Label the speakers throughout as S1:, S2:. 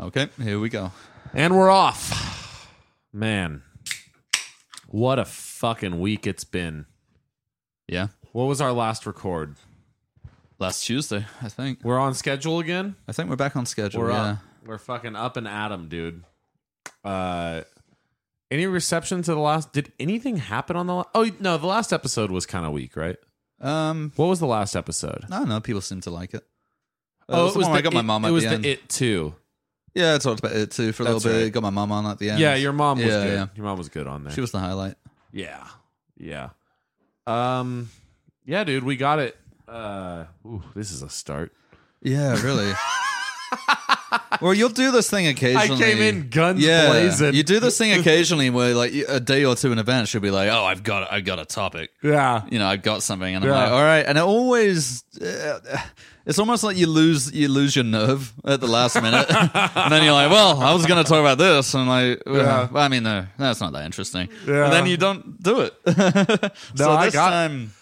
S1: Okay, here we go.
S2: And we're off. Man, what a fucking week it's been.
S1: Yeah,
S2: What was our last record?
S1: last Tuesday, I think.
S2: We're on schedule again?
S1: I think we're back on schedule.
S2: We're
S1: yeah.
S2: up. We're fucking up and at 'em, dude. Uh any reception to the last did anything happen on the la- Oh no, the last episode was kind of weak, right?
S1: Um,
S2: What was the last episode?
S1: I don't know. People seem to like it. Uh, it was the one where I got my
S2: Oh, It-
S1: mom
S2: It
S1: at
S2: was
S1: the
S2: the
S1: end.
S2: it too.
S1: Yeah, I talked about it too for a
S2: That's
S1: little bit.
S2: right.
S1: Got my mum on at the end.
S2: Yeah, your mom was
S1: Yeah,
S2: good.
S1: yeah.
S2: Your mom was good on there.
S1: She was the highlight.
S2: Yeah. Yeah. Um yeah, dude, we got it. Uh ooh, this is a start.
S1: Yeah, really. well, you'll do this thing occasionally.
S2: in guns
S1: yeah,
S2: blazing.
S1: You do this thing occasionally where, like, you- a day or two in advance, you'll be like, "Oh, I've got, I've got a topic."
S2: Yeah.
S1: You know, I've got something, and I'm
S2: Yeah.
S1: like, "All right." And it always, uh, it's almost like you lose, you lose your nerve at the last minute, and then you're like, "Well, I was going to talk about this," and like, well,
S2: Yeah.
S1: well, I mean, no, that's not that interesting.
S2: Yeah.
S1: And then you don't do it. so
S2: I
S1: this
S2: got-
S1: time,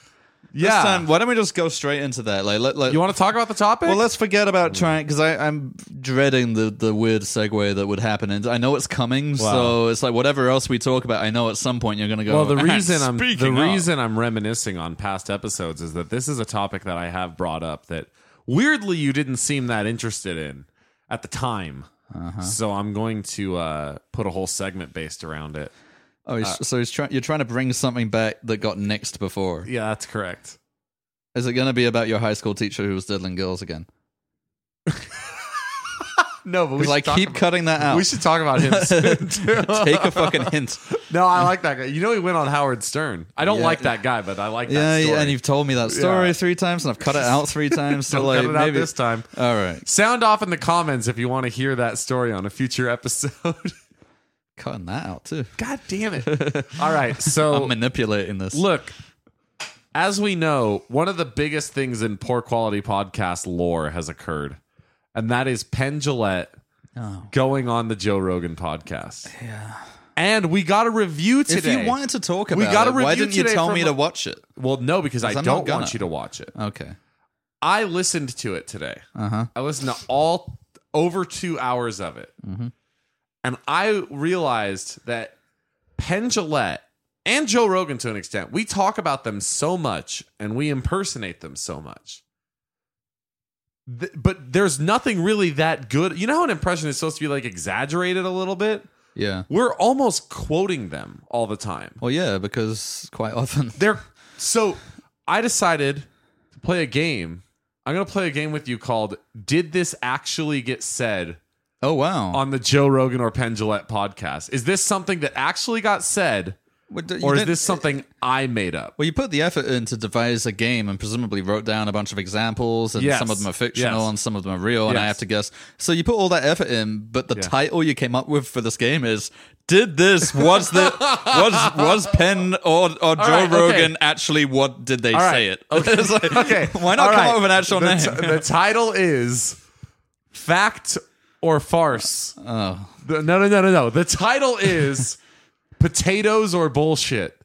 S1: this
S2: Yeah.
S1: time, why don't we just go straight into that? Like, let, let,
S2: you want to talk about the topic?
S1: well, let's forget about trying because I'm dreading the, the weird segue that would happen, and I know it's coming. So it's like whatever else we talk about, I know at some point you're going to go.
S2: Well, the
S1: "And
S2: reason I'm the
S1: speaking of."
S2: reason I'm reminiscing on past episodes is that this is a topic that I have brought up that weirdly you didn't seem that interested in at the time.
S1: Uh-huh.
S2: So I'm going to uh, put a whole segment based around it.
S1: Oh,
S2: Uh,
S1: he's, so he's trying. You're trying to bring something back that got nixed before.
S2: Yeah, that's correct.
S1: Is it going to be about your high school teacher who was diddling girls again?
S2: No, but we
S1: Because like keep cutting that out.
S2: We should talk about him soon. Too.
S1: Take a fucking hint.
S2: no, I like that guy. You know, he went on Howard Stern. I don't
S1: Yeah.
S2: like that guy, but I like
S1: Yeah,
S2: that story.
S1: yeah, and you've told me that story
S2: Yeah.
S1: three times, and I've cut it out three times. so
S2: Don't
S1: like
S2: cut it out
S1: maybe
S2: this time.
S1: All right,
S2: Sound off in the comments if you want to hear that story on a future episode.
S1: cutting that out too.
S2: God damn it. All right. So
S1: I'm manipulating this.
S2: look, as we know, one of the biggest things in poor quality podcast lore has occurred, and that is Penn Jillette
S1: Oh.
S2: going on the Joe Rogan podcast. Yeah. And we got a review
S1: if
S2: today.
S1: you wanted to talk about
S2: We got a
S1: it, why
S2: review
S1: didn't you
S2: today
S1: tell
S2: from
S1: me
S2: a-
S1: to watch it?
S2: well, no, because I
S1: I'm not
S2: don't
S1: gonna.
S2: want you to watch it.
S1: Okay.
S2: I listened to it today.
S1: Uh-huh.
S2: I listened to all over two hours of it. And I realized that Penn Jillette and Joe Rogan, to an extent, we talk about them so much and we impersonate them so much. Th- but there's nothing really that good. You know how an impression is supposed to be like exaggerated a little bit?
S1: Yeah.
S2: We're almost quoting them all the time.
S1: Well, yeah, because quite often.
S2: They're so I decided to play a game. I'm gonna play a game with you called "Did this actually get said
S1: Oh wow!
S2: on the Joe Rogan or Penn Jillette podcast? Is this something that actually got said,
S1: Well, d- you
S2: or is
S1: didn't-
S2: this something I made up?"
S1: Well, you put the effort in to devise a game and presumably wrote down a bunch of examples, and
S2: Yes.
S1: some of them are fictional
S2: Yes.
S1: and some of them are real, and I
S2: Yes.
S1: have to guess. So you put all that effort in, but the title you came up with for this game is "Did this was the was was Penn or or Joe
S2: right, okay.
S1: Rogan actually what did they say
S2: right.
S1: it? It's like,
S2: Okay,
S1: why not
S2: all
S1: come
S2: right.
S1: up with an actual
S2: the
S1: name?
S2: t- the title is "Fact or Farce."
S1: oh,
S2: The- no, no, no, no, no. The title is "Potatoes or Bullshit."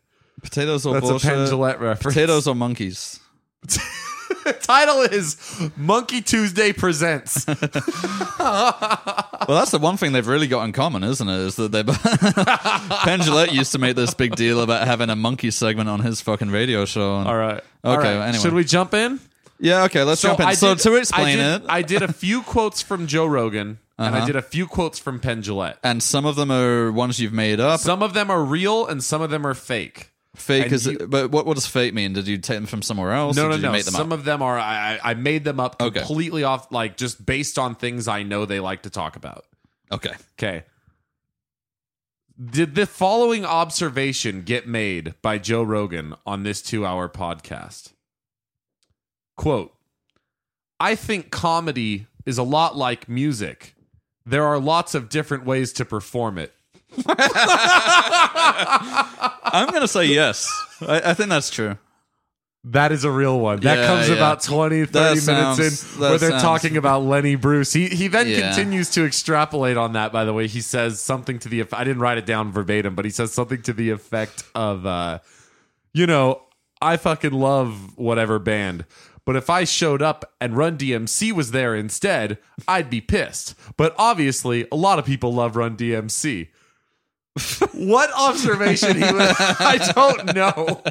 S1: potatoes or
S2: That's a
S1: bullshit?
S2: Penn Jillette reference.
S1: potatoes or monkeys?
S2: The title is Monkey Tuesday Presents.
S1: Well, that's the one thing they've really got in common, isn't it? Is that they Pendulette used to make this big deal about having a monkey segment on his fucking radio show. and-
S2: All right.
S1: Okay,
S2: All right.
S1: anyway.
S2: Should we jump in?
S1: Yeah. Okay. Let's jump in.
S2: I
S1: so
S2: did-
S1: to explain
S2: I did,
S1: it, Uh-huh.
S2: I did a few quotes from Joe Rogan and I did a few quotes from Penn Jillette.
S1: and some of them are ones you've made up.
S2: Some of them are real and some of them are fake.
S1: fake
S2: and
S1: is,
S2: you-
S1: but what, what does fake mean? Did you take them from somewhere else?
S2: No,
S1: or
S2: no,
S1: did you
S2: no.
S1: Make them
S2: Some
S1: up?
S2: of them are I, I I made them up
S1: Okay.
S2: completely off, like just based on things I know they like to talk about.
S1: okay.
S2: Okay. Did the following observation get made by Joe Rogan on this two hour podcast? Quote I think comedy is a lot like music. There are lots of different ways to perform it.
S1: I'm gonna say yes. I, I think that's true.
S2: That is a real one. That
S1: Yeah,
S2: comes
S1: yeah.
S2: about 20, 30
S1: sounds-
S2: minutes in
S1: that
S2: where they're
S1: sounds-
S2: talking about Lenny Bruce. He he then
S1: Yeah.
S2: continues to extrapolate on that, by the way. He says something to the eff- I didn't write it down verbatim, but he says something to the effect of uh, you know, I fucking love whatever band. But if I showed up and Run DMC was there instead, I'd be pissed. But obviously, a lot of people love Run DMC. what observation he was, I don't know.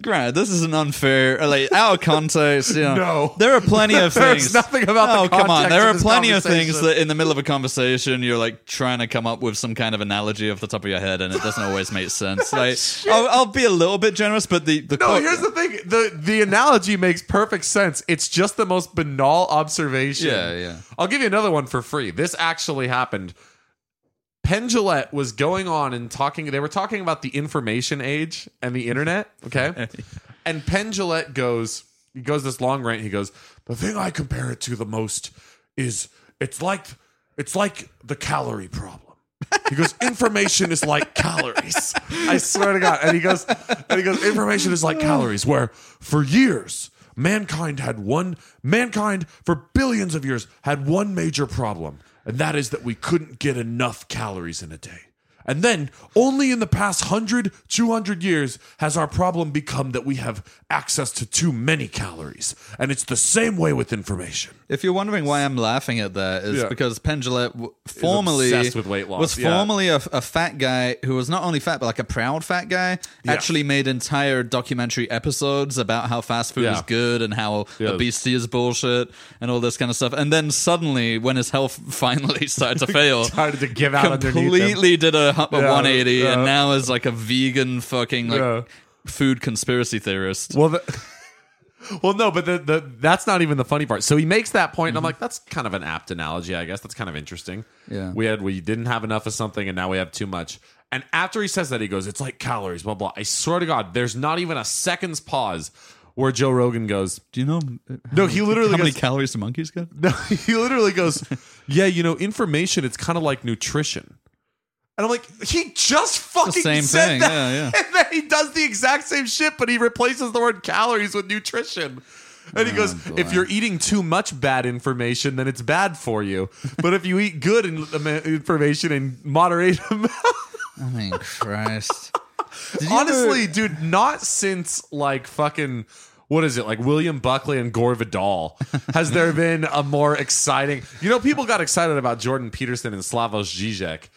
S1: Granted, this is an unfair, like out of context. You know,
S2: No.
S1: there are plenty of
S2: There's
S1: things.
S2: nothing about the
S1: oh come on,
S2: context
S1: there
S2: of
S1: are
S2: this
S1: plenty of things
S2: conversation.
S1: that in the middle of a conversation you're like trying to come up with some kind of analogy off the top of your head, and it doesn't always make sense. Like, I'll, I'll be a little bit generous, but the the
S2: No,
S1: quote-
S2: here's the thing. The the analogy makes perfect sense. It's just the most banal observation.
S1: Yeah, yeah.
S2: I'll give you another one for free. This actually happened. Penn Jillette was going on and talking. They were talking about the information age and the internet. Okay. and Penn Jillette goes, he goes this long rant. He goes, the thing I compare it to the most is it's like it's like the calorie problem. He goes, information is like calories. I swear to God. And he goes, and he goes, information is like calories, where for years, mankind had one, mankind for billions of years had one major problem, and that is that we couldn't get enough calories in a day. And then only in the past 100, 200 years has our problem become that we have access to too many calories. And it's the same way with information.
S1: If you're wondering why I'm laughing at that, is
S2: Yeah.
S1: because Pendulette w- formerly
S2: obsessed with weight loss,
S1: was
S2: yeah.
S1: formerly a, a fat guy who was not only fat but like a proud fat guy. Actually, made entire documentary episodes about how fast food
S2: Yeah.
S1: is good and how
S2: Yeah.
S1: obesity is bullshit and all this kind of stuff. And then suddenly, when his health finally started to fail,
S2: Started to give out
S1: completely did a, hu- a
S2: Yeah,
S1: 180 and
S2: yeah.
S1: now is like a vegan fucking like
S2: Yeah.
S1: food conspiracy theorist.
S2: Well, the, well, no, but the, the that's not even the funny part. So he makes that point, and I'm like, that's kind of an apt analogy, I guess. That's kind of interesting.
S1: Yeah.
S2: we had we didn't have enough of something, and now we have too much. And after he says that, he goes, "It's like calories, blah blah." I swear to God, there's not even a second's pause where Joe Rogan goes,
S1: Do you know?
S2: "No, he literally
S1: How many
S2: goes,
S1: calories do monkeys get?
S2: no, he literally goes, "Yeah, you know, information. It's kind of like nutrition." And I'm like, he just fucking
S1: same
S2: said
S1: thing,
S2: that.
S1: yeah, yeah.
S2: And then he does the exact same shit, but he replaces the word calories with nutrition.
S1: Oh,
S2: And he goes, if you're eating too much bad information, then it's bad for you. But if you eat good in- uh, information in moderate amount,
S1: I mean, Christ. Did you
S2: honestly,
S1: ever-
S2: dude, not since like fucking what is it like William Buckley and Gore Vidal has there been a more exciting? You know, people got excited about Jordan Peterson and Slavoj Žižek.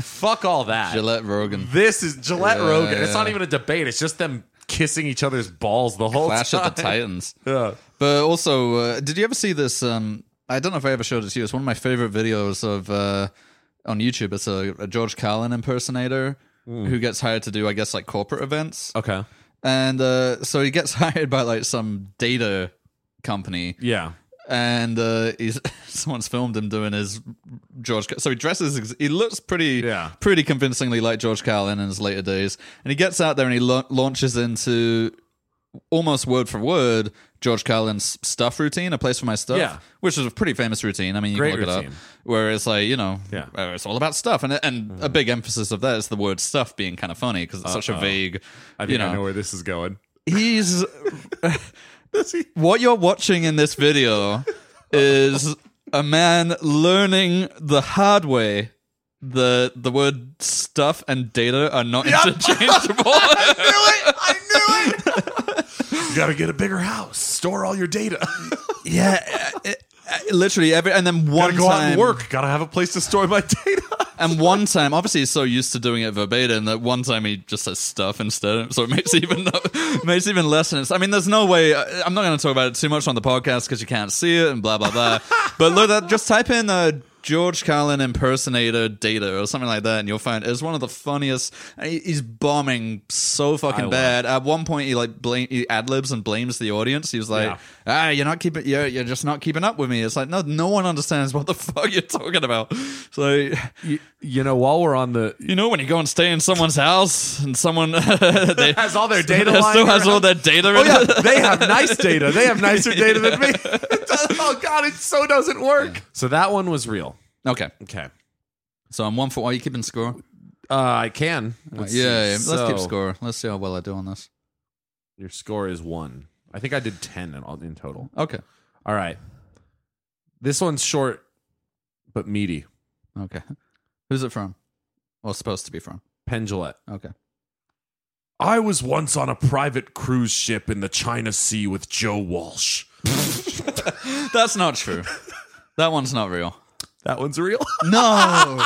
S2: Fuck all that.
S1: Gillette Rogan.
S2: This is Gillette
S1: Yeah,
S2: Rogan. It's
S1: yeah.
S2: not even a debate. It's just them kissing each other's balls the whole
S1: Clash
S2: time.
S1: of the Titans.
S2: Yeah.
S1: But also, uh, did you ever see this? Um, I don't know if I ever showed it to you. It's one of my favorite videos of uh, on YouTube. It's a, a George Carlin impersonator who gets hired to do, I guess, like corporate events.
S2: Okay.
S1: And uh, so he gets hired by like some data company,
S2: Yeah.
S1: and uh, he's someone's filmed him doing his George. Ca- So he dresses. ex- He looks pretty,
S2: Yeah.
S1: pretty convincingly like George Carlin in his later days. And he gets out there and he la- launches into almost word for word George Carlin's stuff routine, a place for my stuff,
S2: Yeah.
S1: which is a pretty famous routine. I mean, you
S2: Great
S1: can look it
S2: routine.
S1: up. Where it's like you know,
S2: Yeah. Mm.
S1: uh, it's all about stuff, and and a big emphasis of that is the word stuff being kind of funny because it's such a vague,
S2: I think
S1: you
S2: I know
S1: know.
S2: where this is going.
S1: He's what you're watching in this video is a man learning the hard way the the word stuff and data are not interchangeable.
S2: I knew it. I knew it. you got to get a bigger house. Store all your data.
S1: yeah, it- it- literally every and then
S2: got
S1: one
S2: to go out
S1: time
S2: and work. Got to have a place to store my data.
S1: and one time obviously he's so used to doing it verbatim that one time he just says stuff instead so it makes even makes even less sense. I mean there's no way I- I'm not going to talk about it too much on the podcast cuz you can't see it and blah blah blah. but look that just type in uh, George Carlin impersonator data or something like that and you'll find it's one of the funniest and he- he's bombing so
S2: I
S1: fucking
S2: love
S1: bad. At one point he like blame he ad-libs and blames the audience. He was like
S2: Yeah.
S1: ah, you're not keeping, you're, you're just not keeping up with me. It's like, no, no one understands what the fuck you're talking about. So,
S2: You, you know, while we're on the
S1: you know, when you go and stay in someone's house and someone they,
S2: has all their data.
S1: still
S2: lying
S1: has all
S2: around.
S1: their data in
S2: Oh yeah,
S1: it.
S2: they have nice data. They have nicer data than me. It does- oh god, it so doesn't work. So that one was real.
S1: Okay.
S2: Okay,
S1: So I'm one for, are you keeping score?
S2: uh, I can. Let's
S1: yeah, Uh, yeah,
S2: see.
S1: let's keep
S2: So,
S1: score. Let's see how well I do on this.
S2: Your score is one. I think I did ten in, all- in total.
S1: Okay.
S2: All right, this one's short but meaty.
S1: Okay. Who's it from? Or supposed to be from?
S2: Pendulette.
S1: Okay.
S2: I was once on a private cruise ship in the China Sea with Joe Walsh.
S1: That's not true. That one's not real.
S2: That one's real.
S1: No.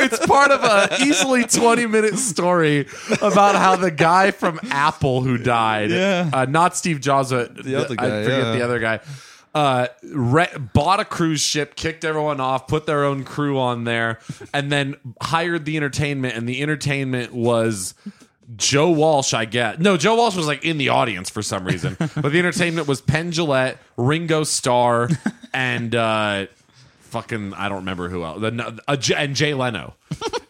S2: it's part of a easily 20 minute story about how the guy from Apple who died,
S1: Yeah.
S2: uh, not Steve Jobs, but the
S1: other guy,
S2: I forget
S1: yeah.
S2: the other guy, uh, re- bought a cruise ship, kicked everyone off, put their own crew on there, and then hired the entertainment. And the entertainment was. Joe Walsh, I get. No, Joe Walsh was like in the audience for some reason. but the entertainment was Penn Jillette, Ringo Starr, and uh, fucking I don't remember who else. The, uh, J- and Jay Leno,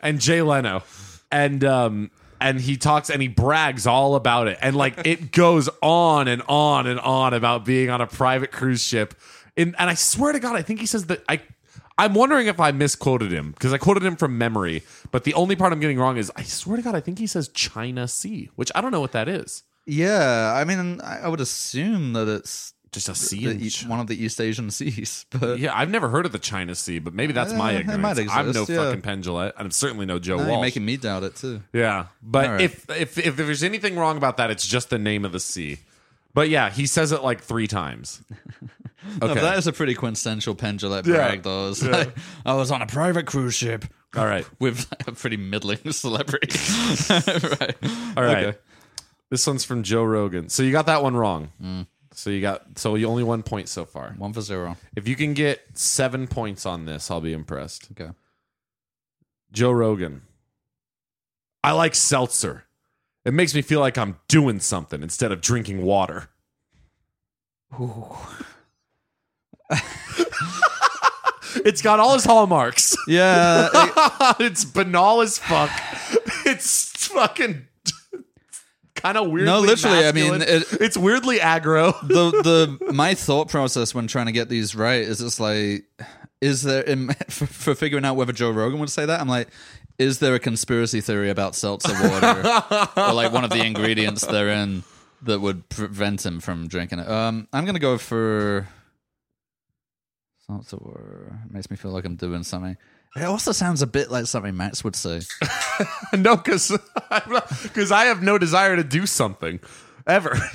S2: and Jay Leno, and um and he talks and he brags all about it, and like it goes on and on and on about being on a private cruise ship. In and I swear to God, I think he says that I. I'm wondering if I misquoted him because I quoted him from memory, but the only part I'm getting wrong is I swear to God, I think he says China Sea, which I don't know what that is.
S1: yeah, I mean, I I would assume that it's
S2: Just a sea.
S1: the,
S2: in
S1: e-
S2: Ch-
S1: one of the East Asian seas, but
S2: yeah, I've never heard of the China Sea, but maybe that's my
S1: Eh, it
S2: ignorance.
S1: might
S2: I'm no
S1: exist, yeah.
S2: fucking pendulette. I'm certainly no Joe
S1: now you're
S2: Walsh.
S1: making me doubt it too.
S2: Yeah, but
S1: All right.
S2: if, if if there's anything wrong about that, it's just the name of the sea. But yeah, he says it like three times.
S1: No,
S2: Okay,
S1: but that is a pretty quintessential pendulette
S2: Yeah.
S1: brag, though. It's like, I was on a private cruise ship
S2: all right,
S1: with a pretty middling celebrity. right.
S2: all right.
S1: Okay.
S2: This one's from Joe Rogan. So you got that one wrong. So you got so you only one point so far.
S1: One for zero.
S2: If you can get seven points on this, I'll be impressed.
S1: Okay.
S2: Joe Rogan. I like seltzer. It makes me feel like I'm doing something instead of drinking water. it's got all his hallmarks.
S1: Yeah. it-
S2: it's banal as fuck. It's fucking kind of weirdly.
S1: No, literally, I mean,
S2: masculine.
S1: it-
S2: it's weirdly aggro.
S1: the the my thought process when trying to get these right is it's like is there in, for, for figuring out whether Joe Rogan would say that I'm like is there a conspiracy theory about seltzer water or like one of the ingredients they're in that would prevent him from drinking it um I'm gonna go for seltzer water it makes me feel like I'm doing something it also sounds a bit like something Max would say
S2: no, because because I have no desire to do something ever.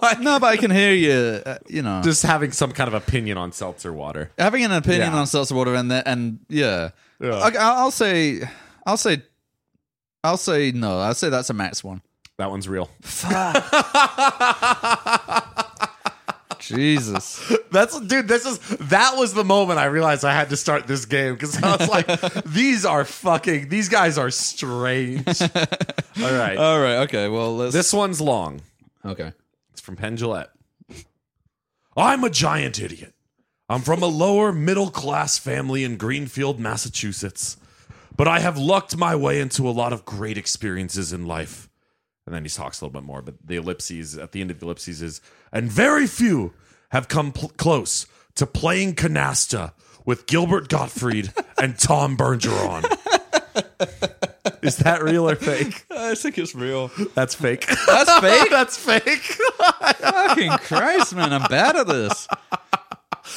S2: Like,
S1: no but I can hear you uh, you know
S2: just having some kind of opinion on seltzer water.
S1: having an opinion
S2: Yeah.
S1: on seltzer water and that and yeah,
S2: Yeah.
S1: Okay, I'll, I'll say i'll say i'll say no i'll say that's a max one
S2: That one's real.
S1: jesus
S2: That's dude. This is that was the moment I realized I had to start this game because I was like, these are fucking. These guys are strange. All right,
S1: all right okay well let's
S2: this one's long.
S1: okay
S2: It's from Penn Jillette. I'm a giant idiot. I'm from a lower middle class family in Greenfield, Massachusetts. But I have lucked my way into a lot of great experiences in life. And then he talks a little bit more, but the ellipses at the end of the ellipses is, and very few have come pl- close to playing canasta with Gilbert Gottfried and Tom Bergeron. is that real or fake?
S1: i think it's real
S2: That's fake.
S1: that's fake
S2: That's fake.
S1: fucking christ man i'm bad at this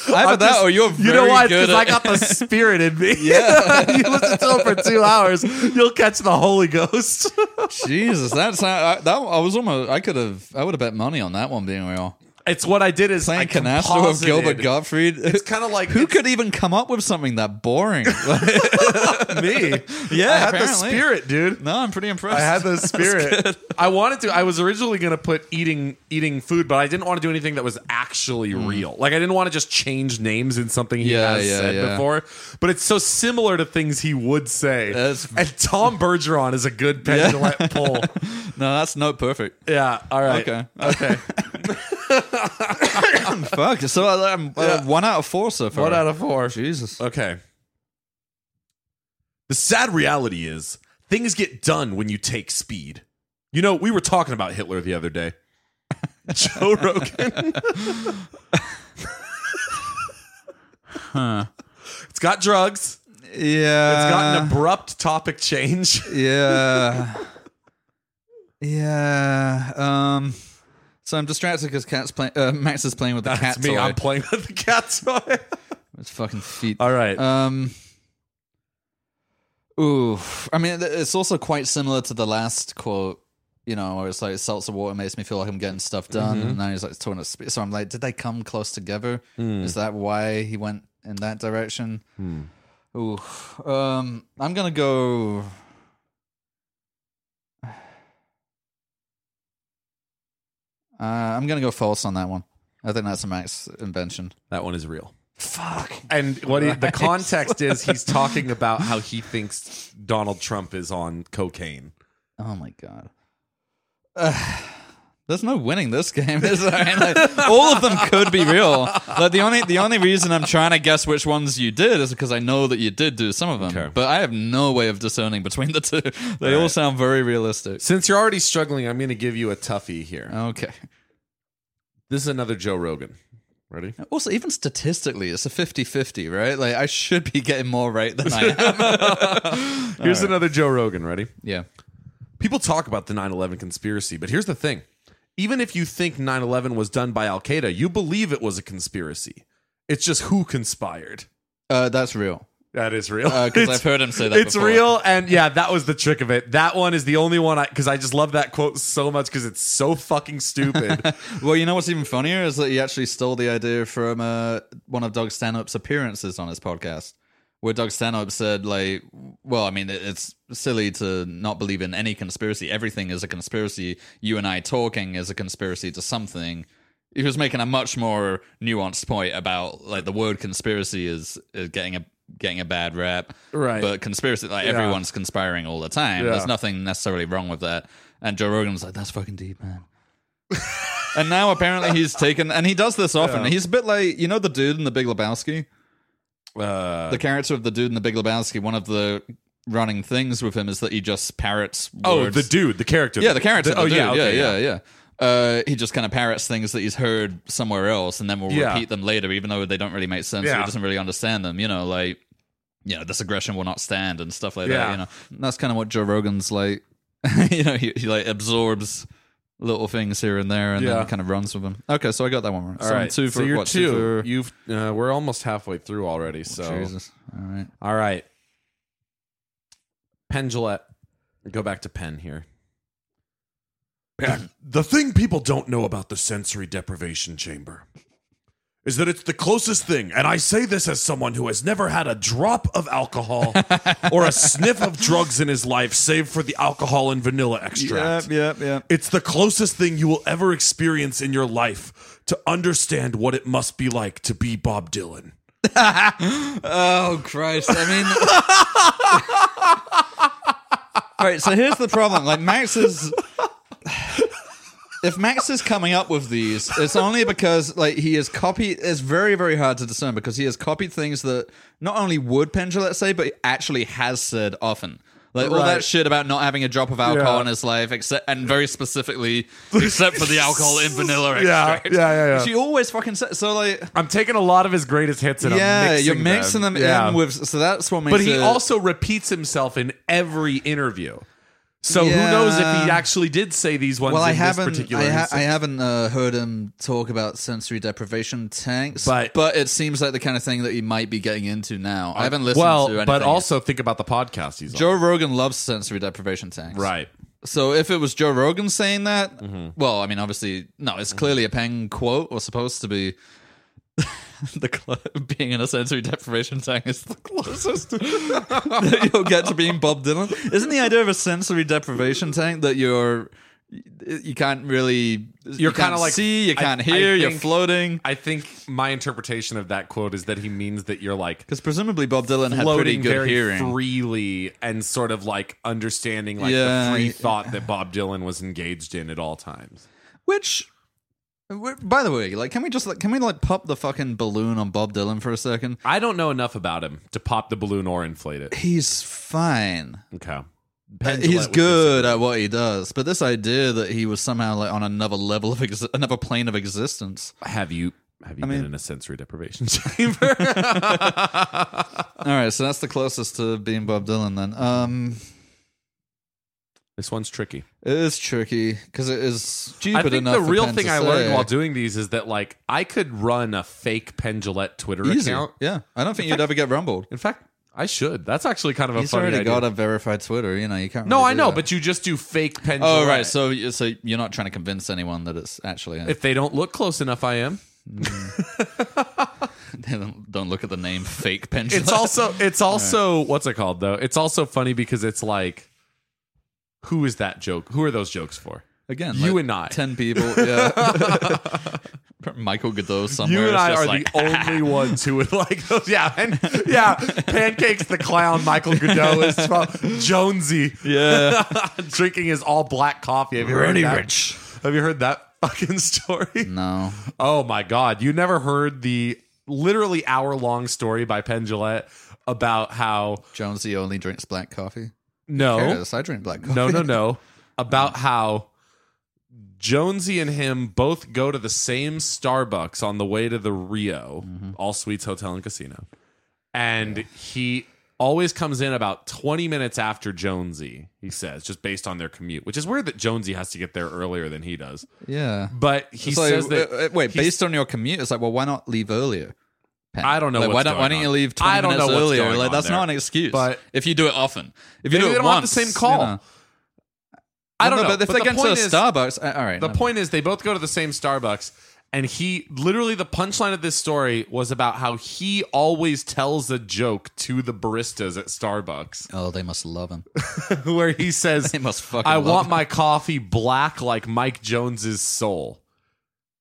S1: either
S2: I'm
S1: that
S2: just-
S1: or you're
S2: you know
S1: very
S2: why?
S1: good at-
S2: Because I got the spirit in me. Yeah, you listen to it for two hours, you'll catch the Holy Ghost.
S1: jesus that's I, that i was almost i could have i would have bet money on that one being real
S2: it's what I did is
S1: playing
S2: I
S1: canasta with gilbert
S2: composited-
S1: gottfried
S2: It's kind of like
S1: who
S2: it's
S1: could even come up with something that boring
S2: me.
S1: Yeah,
S2: I had the
S1: apparently.
S2: spirit, dude.
S1: no i'm pretty impressed
S2: I had the spirit. I wanted to. I was originally gonna put eating eating food, but I didn't want to do anything that was actually real. Like I didn't want to just change names in something he
S1: Hmm. Yeah,
S2: has
S1: yeah,
S2: said
S1: yeah.
S2: before. But it's so similar to things he would say.
S1: That's-
S2: and Tom Bergeron is a good pendulum pull.
S1: no that's not perfect
S2: Yeah. All right.
S1: Okay.
S2: Okay.
S1: Fuck. So I- I'm uh, one out of four so far.
S2: One out of four.
S1: Jesus.
S2: Okay. The sad reality is things get done when you take speed. You know, we were talking about Hitler the other day. Joe Rogan. It's got drugs.
S1: Yeah.
S2: It's got an abrupt topic change.
S1: yeah. yeah. Um. So I'm distracted because cat's playing. Uh, Max is playing with the cat
S2: That's me.
S1: toy.
S2: I'm playing with the Uh, cat's toy.
S1: His fucking feet.
S2: All right.
S1: Um. Oof. I mean, th- it's also quite similar to the last quote, you know, where it's like seltzer water makes me feel like I'm getting stuff done. And now he's like torn up. Spe- so I'm like, did they come close together? Is that why he went in that direction? Oof. Um, I'm going to go. Uh, I'm going to go false on that one. I think that's a max invention.
S2: That one is real.
S1: Fuck.
S2: And what he, the context is, he's talking about how he thinks Donald Trump is on cocaine.
S1: Oh my god. Ugh. there's no winning this game, is there? And, like, all of them could be real. Like the only the only reason I'm trying to guess which ones you did is because I know that you did do some of them.
S2: Okay.
S1: But I have no way of discerning between the two. They all sound very realistic.
S2: Since you're already struggling, I'm going to give you a toughie here.
S1: Okay.
S2: This is another Joe Rogan. Ready?
S1: Also, even statistically, it's a 50-50, right? Like I should be getting more right than I am.
S2: Here's another Joe Rogan. Ready?
S1: yeah.
S2: People talk about the 9 11 conspiracy, but here's the thing. Even if you think 9 11 was done by Al Qaeda, you believe it was a conspiracy. It's just who conspired.
S1: Uh, that's real.
S2: That is real.
S1: Because
S2: It's-
S1: Uh, I've heard him say that.
S2: it's
S1: before.
S2: real. And yeah, that was the trick of it. That one is the only one I, because I just love that quote so much because it's so fucking stupid.
S1: Well, you know what's even funnier is that he actually stole the idea from uh, one of Doug Stanhope's appearances on his podcast, where Doug Stanhope said, like, well, I mean, it- it's silly to not believe in any conspiracy. Everything is a conspiracy. You and I talking is a conspiracy to something. He was making a much more nuanced point about like the word conspiracy is, is getting a getting a bad rap,
S2: Right.
S1: But conspiracy, like everyone's conspiring all the time.
S2: Yeah.
S1: There's nothing necessarily wrong with that. And Joe Rogan's like, that's fucking deep, man. And now apparently he's taken, and he does this often. He's a bit like you know the dude in the Big Lebowski,
S2: Uh,
S1: the character of the dude in the Big Lebowski. One of the running things with him is that he just parrots. Words.
S2: oh, the dude, the character.
S1: yeah, the character.
S2: oh,
S1: the dude.
S2: yeah, okay,
S1: yeah, yeah, yeah. Uh, he just kind of parrots things that he's heard somewhere else, and then will
S2: Yeah.
S1: repeat them later, even though they don't really make sense. or
S2: Yeah.
S1: he doesn't really understand them. You know, like you know, this aggression will not stand and stuff like
S2: Yeah.
S1: that. You know, and that's kind of what Joe Rogan's like. you know, he, he like absorbs little things here and there, and
S2: Yeah.
S1: then kind of runs with them. Okay, so I got that one right.
S2: All
S1: so I'm
S2: right.
S1: two for
S2: so you're
S1: what,
S2: two.
S1: for-
S2: You've uh, we're almost halfway through already. So
S1: Jesus. All right.
S2: all right, Penn Jillette. Go back to Penn here. the thing people don't know about the sensory deprivation chamber is that it's the closest thing, and I say this as someone who has never had a drop of alcohol or a sniff of drugs in his life, save for the alcohol and vanilla extract.
S1: yep, yep.
S2: It's the closest thing you will ever experience in your life to understand what it must be like to be Bob Dylan.
S1: Oh Christ! I mean, right. So here's the problem. Like Max is, if Max is coming up with these, it's only because like he has copied. It's very very hard to discern because he has copied things that not only would Pendulette say, but actually has said often. Like all
S2: Right.
S1: that shit about not having a drop of alcohol
S2: Yeah.
S1: in his life, except and very specifically, except for the alcohol in vanilla
S2: Yeah,
S1: extract.
S2: yeah, yeah, yeah.
S1: She always fucking said so. Like,
S2: I'm taking a lot of his greatest hits and
S1: yeah, you're mixing them, in with. So that's what makes.
S2: But he
S1: it,
S2: also repeats himself in every interview. So who
S1: Yeah.
S2: knows if he actually did say these ones
S1: Well,
S2: in
S1: I
S2: this
S1: haven't,
S2: particular
S1: I, ha-
S2: instance.
S1: I haven't uh, heard him talk about sensory deprivation tanks,
S2: But-
S1: it seems like the kind of thing that he might be getting into now. I haven't listened
S2: well,
S1: to anything.
S2: but also think about the podcast he's
S1: Joe Rogan loves sensory deprivation tanks,
S2: on. Right.
S1: So if it was Joe Rogan saying that,
S2: Mm-hmm.
S1: well, I mean, obviously, no, it's clearly a Peng quote or supposed to be. the cl- being in a sensory deprivation tank is the closest that you'll get to being Bob Dylan. Isn't the idea of a sensory deprivation tank that you're you can't really you're
S2: kinda like-
S1: see, you
S2: I-
S1: can't
S2: I
S1: hear, you're
S2: think-
S1: floating.
S2: I think my interpretation of that quote is that he means that you're like
S1: Because presumably Bob Dylan had pretty
S2: floating
S1: good
S2: very
S1: hearing.
S2: freely and sort of like understanding like the
S1: Yeah,
S2: free
S1: I-
S2: thought that Bob Dylan was engaged in at all times.
S1: Which, wh- by the way, like, can we just like, can we like pop the fucking balloon on Bob Dylan for a second?
S2: I don't know enough about him to pop the balloon or inflate it.
S1: He's fine.
S2: Okay.
S1: Uh,
S2: Pendulette
S1: he's
S2: would
S1: good at what he does, but this idea that he was somehow like on another level of ex- another plane of existence.
S2: dis- Have you have you been
S1: mean-
S2: in a sensory deprivation chamber?
S1: All right, so that's the closest to being Bob Dylan. Then um,
S2: this one's tricky.
S1: it is tricky because it is stupid
S2: I think
S1: enough.
S2: the
S1: for
S2: real
S1: Penn
S2: thing
S1: to
S2: I learned
S1: say.
S2: while doing these is that like I could run a fake Pendulette Twitter
S1: Easy.
S2: account.
S1: Yeah, I don't think you'd ever get rumbled.
S2: In fact, I should. That's actually kind of a
S1: He's
S2: funny
S1: already
S2: idea.
S1: got a verified Twitter. You know, you can't.
S2: no,
S1: really
S2: I
S1: do
S2: know,
S1: that.
S2: but you just do fake pen.
S1: oh
S2: Gillette.
S1: right, so so you're not trying to convince anyone that it's actually. A,
S2: if they don't look close enough, I am.
S1: don't, don't look at the name fake pendulum.
S2: It's also it's also what's it called though? It's also funny because it's like, who is that joke? Who are those jokes for?
S1: again
S2: you
S1: like
S2: and I.
S1: ten people. Yeah, Michael Godot somewhere.
S2: You
S1: is
S2: and I
S1: just
S2: are
S1: like,
S2: the only ones who would like those. Yeah, and yeah, pancakes the clown, Michael Godot is from Jonesy.
S1: yeah,
S2: drinking his all black coffee. Have you heard
S1: Really
S2: that?
S1: rich.
S2: Have you heard that fucking story?
S1: no.
S2: Oh my god, you never heard the literally hour long story by Penn Jillette about how
S1: Jonesy only drinks black coffee.
S2: no,
S1: Curtis, I drink black coffee.
S2: Oh? no, no, no, about how Jonesy and him both go to the same Starbucks on the way to the Rio
S1: Mm-hmm.
S2: All Suites Hotel and Casino, and he always comes in about 20 minutes after Jonesy. He says, just based on their commute, which is weird that Jonesy has to get there earlier than he does.
S1: Yeah.
S2: But he
S1: so
S2: says that
S1: uh, uh, wait,
S2: he's-
S1: based on your commute, it's like, well, why not leave earlier? Pen?
S2: I don't know
S1: uh, Like, why
S2: what's
S1: don't Why
S2: going
S1: don't you
S2: on.
S1: leave twenty
S2: I don't
S1: minutes
S2: know what's
S1: earlier?
S2: going
S1: like
S2: on
S1: that's
S2: there.
S1: not an excuse.
S2: But-
S1: if you do it often, if you do
S2: Maybe
S1: it
S2: they don't have the
S1: once,
S2: same call.
S1: you know.
S2: I don't know.
S1: But if they
S2: the
S1: get into a
S2: point is-
S1: Starbucks, uh, all right.
S2: the
S1: no.
S2: point is they both go to the same Starbucks, and he literally the punchline of this story was about how he always tells a joke to the baristas at Starbucks,
S1: Oh, they must love him.
S2: where he says,
S1: They must fucking.
S2: "I
S1: love
S2: want
S1: him.
S2: my coffee black like Mike Jones's soul,"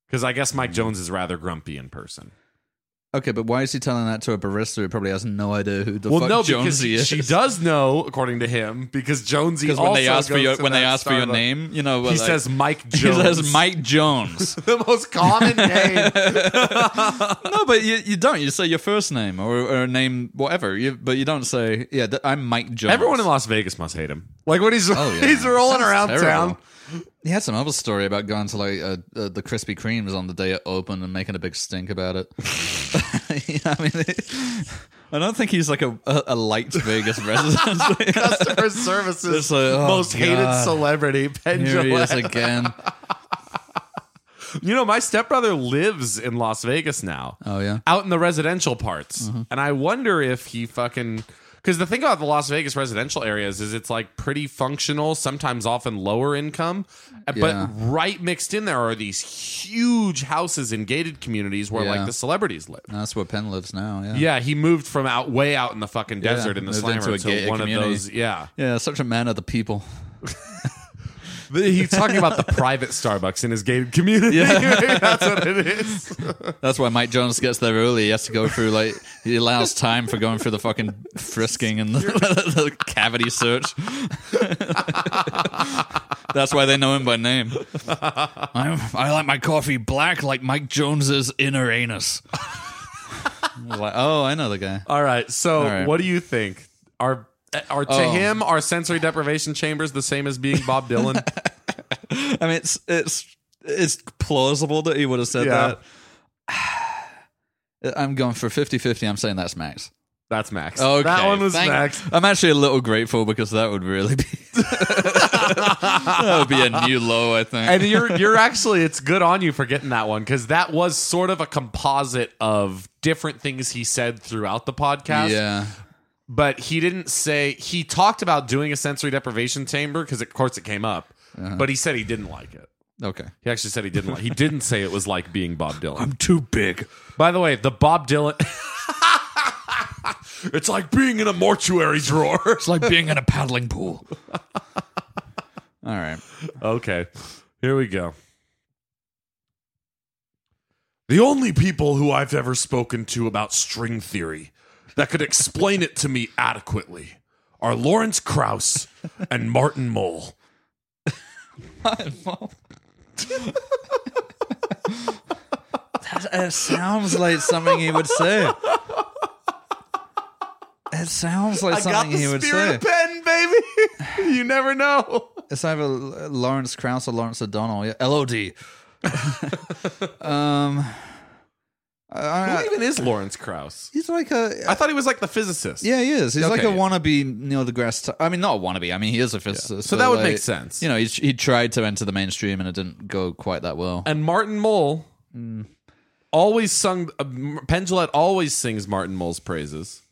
S2: because I guess
S1: Mm.
S2: Mike Jones is rather grumpy in person.
S1: Okay, but why is he telling that to a barista who probably has no idea who the
S2: Well,
S1: fuck
S2: no, because
S1: Jonesy is?
S2: she does know, according to him, because Jonesy.
S1: Because when they
S2: also
S1: ask for
S2: goes
S1: your
S2: to
S1: when they
S2: that
S1: ask for your
S2: Starbucks.
S1: name, you know,
S2: he
S1: like-
S2: says Mike
S1: he
S2: Jones.
S1: says Mike Jones.
S2: the most common name.
S1: no, but you, you don't. You say your first name or, or name whatever. You, but you don't say yeah. Th- I'm Mike Jones.
S2: Everyone in Las Vegas must hate him. Like when he's
S1: Oh, yeah.
S2: he's rolling
S1: Sounds
S2: around
S1: terrible.
S2: town.
S1: He had some other story about going to like uh, uh, the Krispy Kremes on the day it opened and making a big stink about it. Yeah, I mean, I don't think he's like a a, a light Vegas resident.
S2: Customer services
S1: It's like, oh,
S2: most hated
S1: God.
S2: celebrity, Ben
S1: Here he is
S2: Gillette.
S1: again.
S2: You know, my stepbrother lives in Las Vegas now,
S1: Oh yeah. Mm-hmm.
S2: out in the residential parts, and I wonder if he fucking. Because the thing about the Las Vegas residential areas is it's like pretty functional, sometimes often lower income, uh,
S1: Yeah.
S2: but right mixed in there are these huge houses in gated communities where
S1: Yeah.
S2: like the celebrities live.
S1: That's where Penn lives now. Yeah.
S2: Yeah, he moved from out way out in the fucking desert in the
S1: moved
S2: slammer
S1: into a
S2: to
S1: gated
S2: one
S1: community.
S2: of those. Yeah,
S1: Yeah, such a man of the people.
S2: he's talking about the private Starbucks in his gated community. That's what it is.
S1: That's why Mike Jones gets there early. He has to go through like he allows time for going through the fucking frisking and the, the cavity search. That's why they know him by name. I'm, I like my coffee black, like Mike Jones's inner anus. I was like, oh, I know the guy.
S2: All right. So,
S1: right.
S2: what do you think? Are are to
S1: Oh.
S2: him are sensory deprivation chambers the same as being Bob Dylan?
S1: I mean, it's it's it's plausible that he would have said
S2: Yeah.
S1: that. I'm going for 50-50. I'm saying that's Max.
S2: That's Max.
S1: Okay,
S2: that one was
S1: thank-
S2: Max.
S1: I'm actually a little grateful because that would really be that would be a new low, I think.
S2: And you're you're actually it's good on you for getting that one because that was sort of a composite of different things he said throughout the podcast.
S1: yeah,
S2: but he didn't say he talked about doing a sensory deprivation chamber because of course it came up but he said he didn't like it
S1: okay.
S2: he actually said he didn't like he didn't say it was like being bob dylan
S1: too big.
S2: by the way the bob dylan it's like being in a mortuary drawer
S1: It's like being in a paddling pool. All right.
S2: okay here we go the only people who i've ever spoken to about string theory that could explain it to me adequately are lawrence krauss and martin mole
S1: that it sounds like something he would say. It sounds like something he would say.
S2: pen, baby. you never know.
S1: It's either Lawrence Krauss or Lawrence O'Donnell. Yeah, LOD. um,
S2: Who even is Lawrence Krauss?
S1: he's like a
S2: I thought he was like the physicist.
S1: Yeah, he is. He's like a
S2: Okay.
S1: wannabe Neil deGrasse. Ty- I mean, not a wannabe. I mean, he is a physicist.
S2: So that would
S1: like,
S2: make sense.
S1: You know, he, he tried to enter the mainstream and it didn't go quite that well.
S2: And Martin Mole
S1: Mm.
S2: always sung. Uh, Pendulet always sings Martin Mole's praises.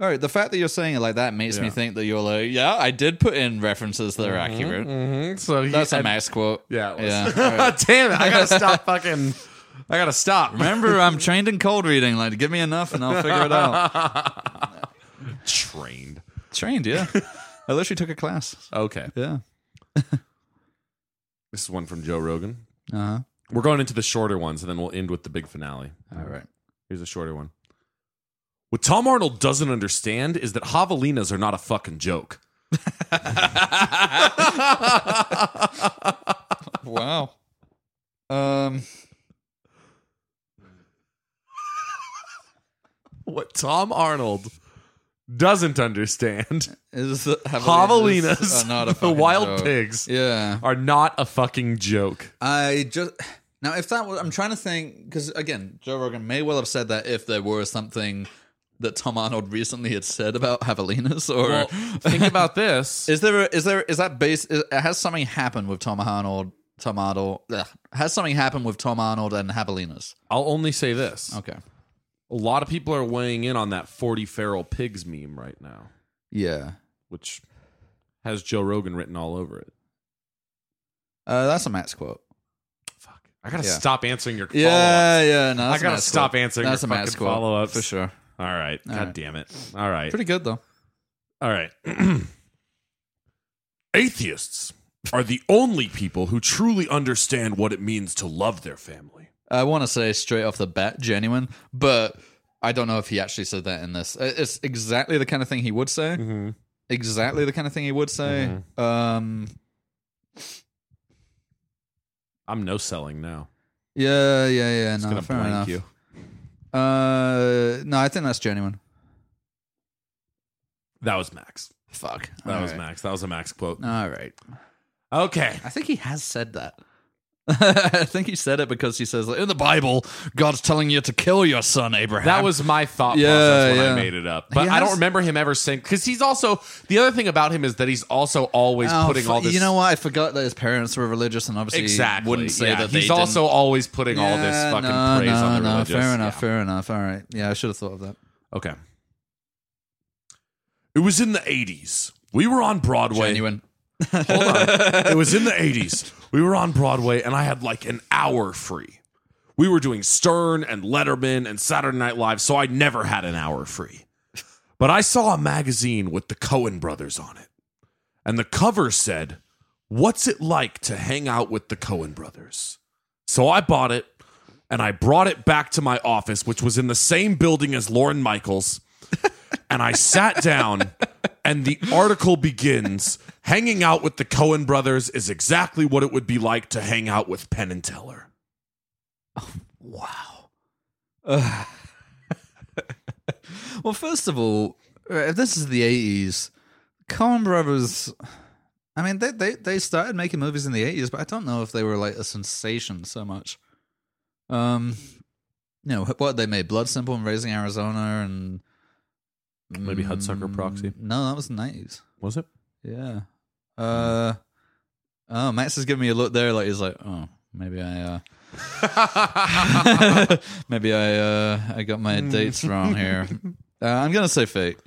S1: All right, the fact that you're saying it like that makes me
S2: Yeah.
S1: think that you're like, yeah, I did put in references that are accurate.
S2: Mm-hmm. So he,
S1: That's a
S2: and-
S1: max quote.
S2: Yeah. It was.
S1: yeah. all right.
S2: Damn it! I gotta stop fucking. I gotta stop.
S1: Remember, I'm trained in cold reading. Like, give me enough and I'll figure it out.
S2: Trained.
S1: Trained, yeah. I literally took a class.
S2: Okay.
S1: Yeah.
S2: This is one from Joe Rogan.
S1: Uh huh.
S2: We're going into the shorter ones, and then we'll end with the big finale.
S1: All right.
S2: Here's a shorter one. What Tom Arnold doesn't understand is that javelinas are not a fucking joke.
S1: Wow. Um.
S2: What Tom Arnold doesn't understand,
S1: Is the javelinas,
S2: javelinas,
S1: are uh, not a
S2: the
S1: fucking
S2: wild
S1: joke.
S2: pigs,
S1: Yeah.
S2: are not a fucking joke.
S1: I just now if that was I'm trying to think because again Joe Rogan may well have said that if there were something that Tom Arnold recently had said about javelinas or
S2: Well, think about this.
S1: is there is there is that base is, has something happened with Tom Arnold Tom Arnold ugh, has something happened with Tom Arnold and javelinas
S2: I'll only say this.
S1: okay
S2: A lot of people are weighing in on that 40 feral pigs meme right now,
S1: yeah
S2: which has Joe Rogan written all over it.
S1: uh, that's a Matt's quote
S2: Fuck. I got to
S1: Yeah.
S2: stop answering your follow
S1: yeah yeah no,
S2: I
S1: that's a
S2: got to
S1: Matt's
S2: stop
S1: quote.
S2: answering
S1: that's a
S2: your
S1: Matt's
S2: fucking
S1: quote
S2: follow ups.
S1: for sure
S2: All right.
S1: All
S2: God
S1: right.
S2: damn it. All right.
S1: pretty good though
S2: All right. Atheists are the only people who truly understand what it means to love their family.
S1: I want to say straight off the bat, genuine, but I don't know if he actually said that in this. I- It's exactly the kind of thing he would say.
S2: Mm-hmm.
S1: Exactly the kind of thing he would say. Um,
S2: I'm no selling now.
S1: yeah, yeah, yeah.
S2: It's
S1: No,
S2: gonna
S1: fair
S2: blank
S1: enough.
S2: you.
S1: Uh, no, I think that's genuine.
S2: That was Max.
S1: Fuck,
S2: That was
S1: mad.
S2: Max. That was a Max quote.
S1: All right,
S2: Okay.
S1: I think he has said that. I think he said it because he says like, in the Bible, God's telling you to kill your son Abraham.
S2: That was my thought
S1: Yeah,
S2: process when
S1: yeah.
S2: I made it up. But
S1: He
S2: I don't
S1: has-
S2: remember him ever saying because he's also the other thing about him is that he's also always
S1: Oh,
S2: putting
S1: fu-
S2: all this
S1: You know what? I forgot that his parents were religious, and obviously
S2: exactly
S1: wouldn't say
S2: yeah.
S1: that
S2: he's
S1: they didn't
S2: also always putting all this
S1: Yeah,
S2: fucking
S1: no,
S2: praise
S1: no,
S2: on the
S1: no,
S2: religious.
S1: Fair enough,
S2: Yeah.
S1: fair enough. All right. Yeah, I should have thought of that.
S2: Okay. It was in the 80s. We were on Broadway.
S1: Genuine.
S2: Hold on. It was in the 80s. We were on Broadway and I had like an hour free. We were doing Stern and Letterman and Saturday Night Live, so I never had an hour free. But I saw a magazine with the Cohen brothers on it. And the cover said, What's it like to hang out with the Cohen brothers? So I bought it and I brought it back to my office, which was in the same building as Lauren Michaels. And I sat down, and the article begins Hanging out with the Cohen brothers is exactly what it would be like to hang out with Penn and Teller.
S1: Wow. well, first of all, uh, if this is the eighties, Coen Brothers. I mean, they, they they started making movies in the eighties, but I don't know if they were like a sensation so much. Um, you know what they made? Blood Simple and Raising Arizona, and mm,
S2: Maybe Hudsucker Proxy.
S1: No, that was the nineties.
S2: Was it?
S1: Yeah. Uh oh, Max is giving me a look there like he's like, "Oh, maybe I uh maybe I uh I got my dates wrong here." Uh, I'm going to say fake.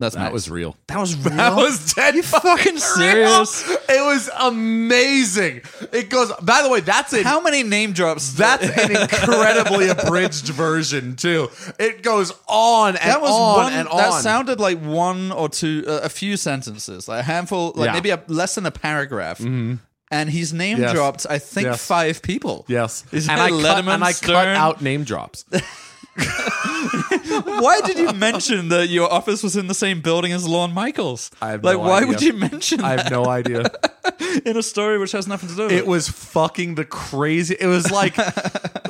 S1: That's Max.
S2: real.
S1: That was real.
S2: That was dead. You
S1: fucking serious?
S2: It was amazing. It goes. By the way, that's it.
S1: How many name drops?
S2: That's an incredibly abridged version too. It goes on and
S1: that was
S2: on
S1: one,
S2: and on.
S1: That sounded like one or two, uh, a few sentences, like a handful, like
S2: Yeah. Mm-hmm.
S1: maybe a, less than a paragraph. And he's name
S2: Yes.
S1: dropped, I think,
S2: Yes.
S1: five people.
S2: yes,
S1: Is
S2: and
S1: it
S2: I cut,
S1: Letterman,
S2: and I cut
S1: Stern?
S2: out name drops.
S1: Why did you mention that your office was in the same building as Lorne Michaels?
S2: I have
S1: like,
S2: no
S1: why
S2: idea.
S1: would you mention
S2: I
S1: that
S2: have no idea.
S1: in a story which has nothing to do with
S2: It was fucking the crazy. It was like,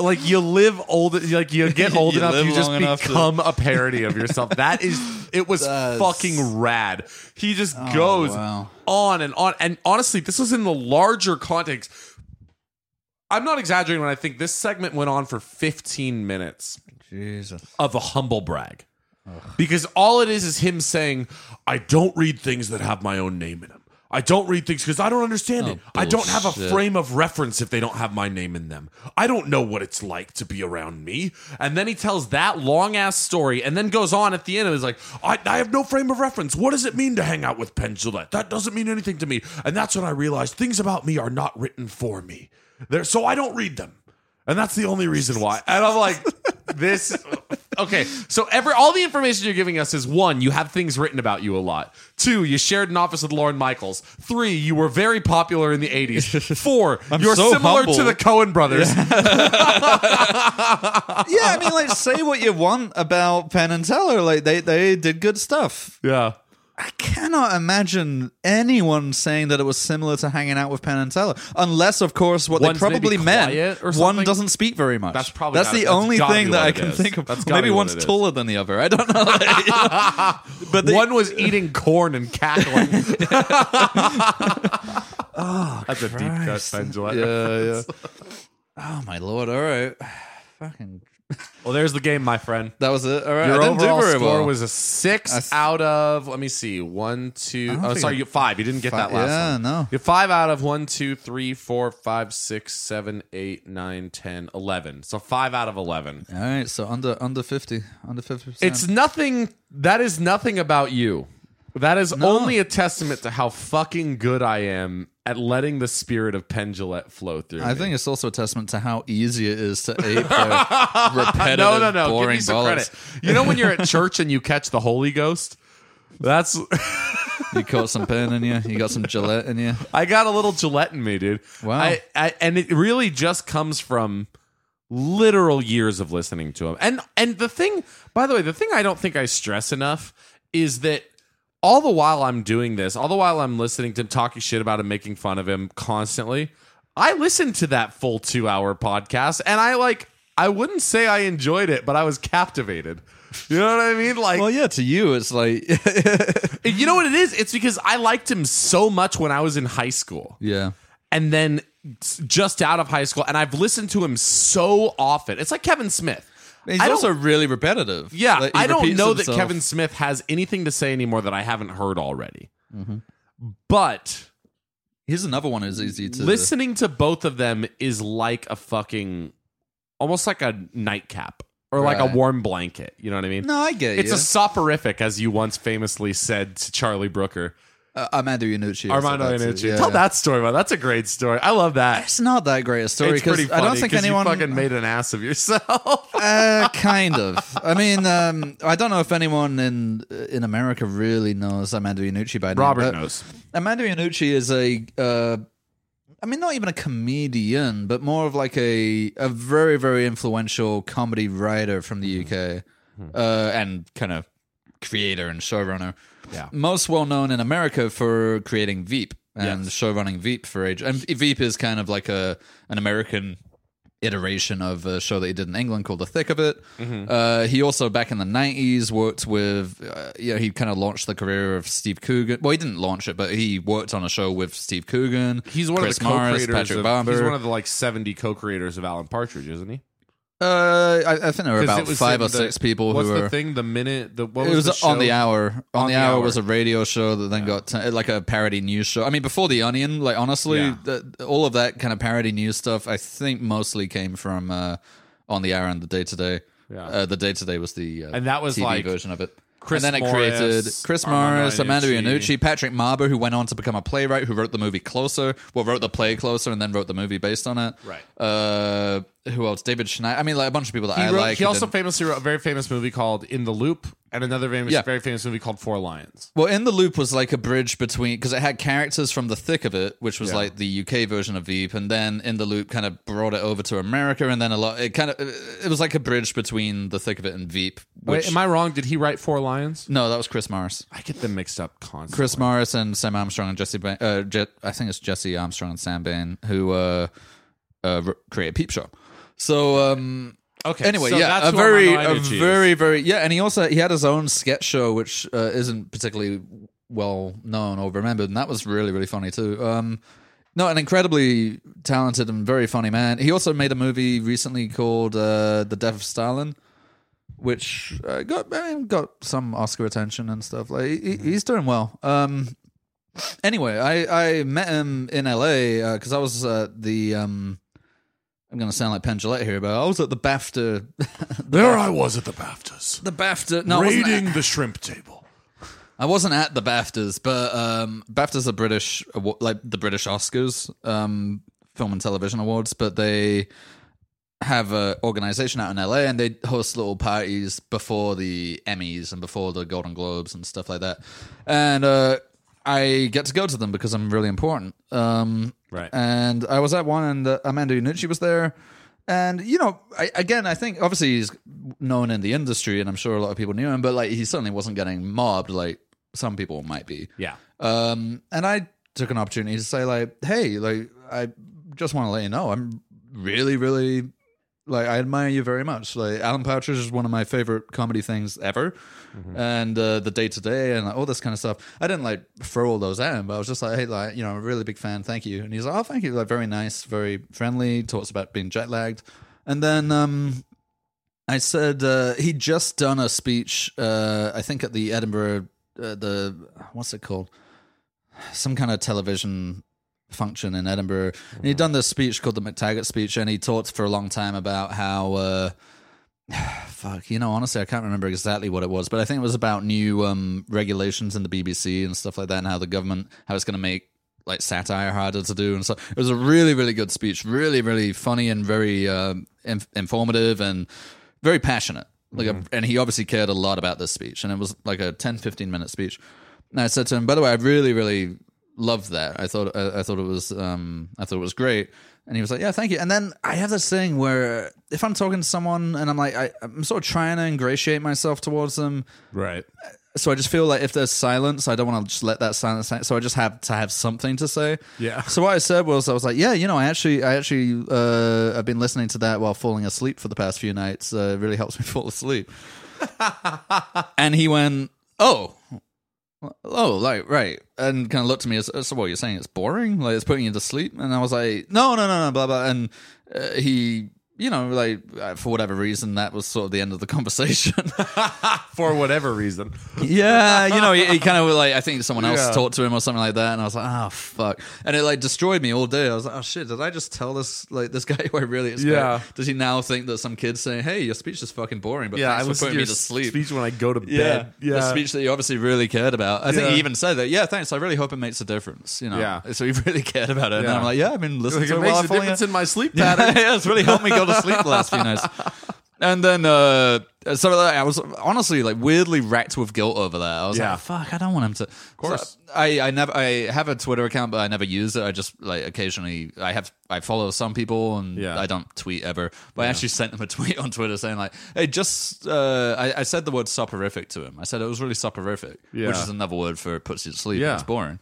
S2: like you live old, like you get old
S1: You
S2: enough,
S1: live
S2: you just
S1: long enough to-
S2: become a parody of yourself. That is, it was
S1: That's- Oh,
S2: fucking rad. He just goes
S1: wow.
S2: on and on. And honestly, this was in the larger context. I'm not exaggerating when I think this segment went on for 15 minutes
S1: Jesus.
S2: of a humble brag. Because all it is is him saying, I don't read things that have my own name in them. I don't read things because I don't understand
S1: Oh,
S2: it. I don't have a
S1: bullshit.
S2: frame of reference if they don't have my name in them. I don't know what it's like to be around me. And then he tells that long ass story and then goes on at the end and is like, I, I have no frame of reference. What does it mean to hang out with Pendulette? That doesn't mean anything to me. And that's when I realized things about me are not written for me. There, so I don't read them. And that's the only reason why. And I'm like, this okay. So every all the information you're giving us is one, you have things written about you a lot. Two, you shared an office with Lauren Michaels. Three, you were very popular in the 80s. Four, you're
S1: so
S2: similar
S1: humble.
S2: to the Cohen brothers.
S1: yeah,
S2: Um,
S1: I mean, like, say what you want about Penn and Teller. Like, they, they did good stuff.
S2: yeah.
S1: I cannot imagine anyone saying that it was similar to hanging out with Penn and Teller, unless, of course, what they
S2: One's
S1: probably
S2: maybe
S1: meant
S2: quiet or
S1: one
S2: something?
S1: doesn't speak very much.
S2: That's probably
S1: that's
S2: not-
S1: the
S2: that's
S1: only
S2: gotta
S1: thing
S2: be
S1: that
S2: what
S1: I
S2: it
S1: can
S2: is.
S1: think of.
S2: That's gotta
S1: Maybe
S2: be what
S1: one's
S2: it is.
S1: taller than the other. I don't know. but they,
S2: One was eating corn and cackling. Ah, That's a deep cut,
S1: Christ.
S2: Ben Gillette.
S1: yeah, yeah. Oh my lord! All right, fucking.
S2: Well, there's the game, my friend.
S1: That was it. All right,
S2: Your
S1: I didn't
S2: overall
S1: do very
S2: score
S1: well.
S2: was a six
S1: s-
S2: out of. Let me see. One, two.
S1: don't
S2: Oh,
S1: think
S2: sorry,
S1: I-
S2: you five. You didn't get
S1: Fi-
S2: that last
S1: yeah,
S2: one.
S1: no.
S2: You're five out of one, two, three, four, five, six, seven, eight, nine, ten, eleven. So five out of eleven.
S1: All right, so under under fifty, under fifty percent.
S2: It's nothing. That is nothing about you. That is only a testament to how fucking good I am at letting the spirit of Pendulette flow through.
S1: I
S2: me.
S1: think it's also a testament to how easy it is to ape their repetitive,
S2: no, no, no. Give
S1: boring
S2: me some
S1: bollocks.
S2: credit. You know when you're at church and you catch the Holy Ghost. That's
S1: You caught some pen in you. You got some Gillette in you.
S2: I got a little Gillette in me, dude.
S1: Wow.
S2: I, I and it really just comes from literal years of listening to him. And and the thing, by the way, the thing I don't think I stress enough is that all the while I'm doing this, all the while I'm listening to him talking shit about him, making fun of him constantly, I listened to that full two hour podcast and I like I wouldn't say I enjoyed it, but I was captivated. You know what I mean? Like
S1: Well, yeah. To you, it's like,
S2: you know what it is? It's because I liked him so much when I was in high school
S1: yeah.
S2: and then s- just out of high school and i've listened to him so often it's like kevin smith
S1: He's
S2: I don't-
S1: also really repetitive.
S2: yeah
S1: Like, he
S2: i don't
S1: repeats
S2: know
S1: himself.
S2: that kevin smith has anything to say anymore that i haven't heard already
S1: Mm-hmm.
S2: but
S1: Here's another one who's easy to
S2: listening to both of them is like a fucking almost like a nightcap or like
S1: Right.
S2: a warm blanket you know what i mean
S1: No, I get
S2: it's
S1: you.
S2: a soporific as you once famously said to charlie brooker
S1: Uh, Armando Iannucci.
S2: armando
S1: is about
S2: Iannucci.
S1: to- yeah,
S2: tell
S1: yeah.
S2: that story man that's a great story i love that
S1: It's not that great a story
S2: it's pretty
S1: because
S2: funny
S1: I don't think
S2: 'cause
S1: anyone.
S2: you fucking made an ass of yourself
S1: uh, kind of. I mean, um, I don't know if anyone in in America really knows Amanda Iannucci by name.
S2: Robert
S1: but
S2: knows.
S1: Amanda Iannucci is a, uh, I mean, not even a comedian, but more of like a a very very influential comedy writer from the UK, uh, and kind of creator and showrunner.
S2: Yeah.
S1: most well known in America for creating Veep and
S2: Yes.
S1: showrunning Veep for age. And Veep is kind of like a an American iteration of a show that he did in England called The Thick of It.
S2: Mm-hmm.
S1: Uh, he also back in the nineties worked with, uh, you know, he kind of launched the career of Steve Coogan. Well, he didn't launch it, but he worked on a show with Steve Coogan.
S2: He's one
S1: Chris
S2: of the co-creators.
S1: Morris, Patrick
S2: of,
S1: Barber.
S2: He's one of the like seventy co-creators of Alan Partridge, isn't he?
S1: uh, I, I think there were
S2: 'Cause
S1: about
S2: it was
S1: five
S2: in
S1: or
S2: the-
S1: six people
S2: What's
S1: who were.
S2: the thing? The minute the what
S1: it was
S2: the
S1: on the
S2: show?
S1: hour. On,
S2: On
S1: the,
S2: the
S1: hour,
S2: Hour.
S1: was a radio show that then got to, like a parody news show. I mean, before the Onion, like honestly,
S2: Yeah.
S1: the, all of that kind of parody news stuff, I think mostly came from uh, on the hour and the day to day.
S2: Yeah.
S1: Uh, the day to day was the uh,
S2: And that was
S1: TV
S2: like
S1: version of it.
S2: Chris
S1: and then it
S2: Morris,
S1: created Chris
S2: Armando
S1: Morris, Amanda
S2: Iannucci.
S1: Iannucci, Patrick Marber, who went on to become a playwright, who wrote the movie Closer, well, wrote the play Closer, and then wrote the movie based on it.
S2: Right.
S1: Uh, who else? David Schneider. I mean, like a bunch of people that
S2: He,
S1: I
S2: wrote-
S1: like.
S2: he
S1: who
S2: also
S1: didn't-
S2: famously wrote a very famous movie called In the Loop, and another famous,
S1: Yeah.
S2: very famous movie called Four Lions.
S1: Well, In the Loop was like a bridge between because it had characters from the thick of it, which was like the UK version of Veep, and then In the Loop kind of brought it over to America, and then a lot. It kind of it was like a bridge between the thick of it and Veep. Which,
S2: Wait, am I wrong? Did he write Four Lions?
S1: no, that was Chris Morris.
S2: I get them mixed up constantly.
S1: Chris Morris and Sam Armstrong and Jesse, Bain, uh, Je- I think it's Jesse Armstrong and Sam Bain who uh, uh, re- created Peep Show. So um,
S2: Okay.
S1: anyway,
S2: so
S1: yeah,
S2: that's
S1: a
S2: who
S1: very,
S2: Armando
S1: a
S2: Iannucci is.
S1: very, very, yeah, and he also he had his own sketch show, which uh, isn't particularly well known or remembered, and that was really, really funny too. Um, no, an incredibly talented and very funny man. He also made a movie recently called uh, "The Death of Stalin," which uh, got I mean, got some Oscar attention and stuff. Like he, he's doing well. Um, Anyway, I, I met him in LA because I was at the. Um, I'm going to sound like Penn Jillette here, but I was at the BAFTA.
S2: There I was at the BAFTAs,
S1: The BAFTA. No, I wasn't,
S2: raiding the shrimp table.
S1: I wasn't at the BAFTAs, but um, BAFTAs are British, awa- like the British Oscars, um, film and television awards, but they have a organization out in LA and they host little parties before the Emmys and before the Golden Globes and stuff like that. And uh, I get to go to them because I'm really important. Um,
S2: Right.
S1: And I was at one and uh, Amanda Unucci was there. And, you know, I, again, I think obviously he's known in the industry and I'm sure a lot of people knew him, but like he certainly wasn't getting mobbed like some people might be.
S2: Yeah.
S1: Um, and I took an opportunity to say like, hey, like I just want to let you know, I'm really, really like I admire you very much. Like Alan Partridge is one of my favorite comedy things ever, and uh, the day to day and like, all this kind of stuff. I didn't like throw all those at him, but I was just like, hey, like you know, I'm a really big fan. Thank you. And he's like, oh, thank you. Like very nice, very friendly. Talks about being jet lagged, and then um, I said uh, he'd just done a speech. Uh, I think at the Edinburgh, uh, the what's it called? Some kind of television function in Edinburgh. And he'd done this speech called the McTaggart speech, and he talked for a long time about how, uh, fuck, you know, honestly, I can't remember exactly what it was, but I think it was about new um, regulations in the BBC and stuff like that, and how the government, how it's going to make like satire harder to do, and so it was a really, really good speech, really, really funny and very um, inf- informative and very passionate. Like, a, and he obviously cared a lot about this speech, and it was like a 10, 15 minute speech. And I said to him, by the way, I really, really loved that. I thought I, I thought it was um I thought it was great. And he was like, "Yeah, thank you." And then I have this thing where if I'm talking to someone and I'm like, I, I'm sort of trying to ingratiate myself towards them,
S2: Right.
S1: so I just feel like if there's silence, I don't want to just let that silence. hang- So I just have to have something to say.
S2: Yeah.
S1: So what I said was, I was like, yeah, you know, I actually, I actually, uh, I've been listening to that while falling asleep for the past few nights. Uh, it really helps me fall asleep. and he went, oh, oh, like right, and kind of looked at me as, so what you're saying? It's boring, like it's putting you to sleep. And I was like, no, no, no, no, blah blah. And uh, he. You know, like uh, for whatever reason, that was sort of the end of the conversation.
S2: For whatever reason.
S1: Yeah, you know, he, he kind of like I think someone else
S2: Yeah.
S1: talked to him or something like that, and I was like, oh fuck, and it like destroyed me all day. I was like, oh shit, did I just tell this like this guy who I really expect?
S2: Yeah.
S1: Does he now think that some kid's saying, hey, your speech is fucking boring, but thanks for
S2: listened
S1: putting me
S2: your
S1: to sleep?
S2: speech when I go to bed.
S1: the speech that you obviously really cared about. I think
S2: Yeah.
S1: he even said that. Yeah, thanks. I really hope it makes a difference. You know,
S2: Yeah.
S1: so he really cared about it. And
S2: Yeah.
S1: I'm like, yeah, I've been listening
S2: Like,
S1: to
S2: it
S1: it while
S2: makes
S1: I'm
S2: a
S1: falling
S2: difference in my sleep
S1: yeah,
S2: pattern.
S1: yeah, it's really helped me go to sleep the last few nights. And then, uh, so like, I was honestly like weirdly racked with guilt over that. I was
S2: Yeah.
S1: like, "Fuck, I don't want him to." Of
S2: course.
S1: I, I never, I have a Twitter account, but I never use it. I just like occasionally, I have, I follow some people, and
S2: Yeah.
S1: I don't tweet ever. But I actually sent him a tweet on Twitter saying like, "Hey, just," uh, I, I said the word soporific to him. I said it was really soporific,
S2: Yeah.
S1: which is another word for puts you to sleep.
S2: Yeah.
S1: Yeah. It's boring.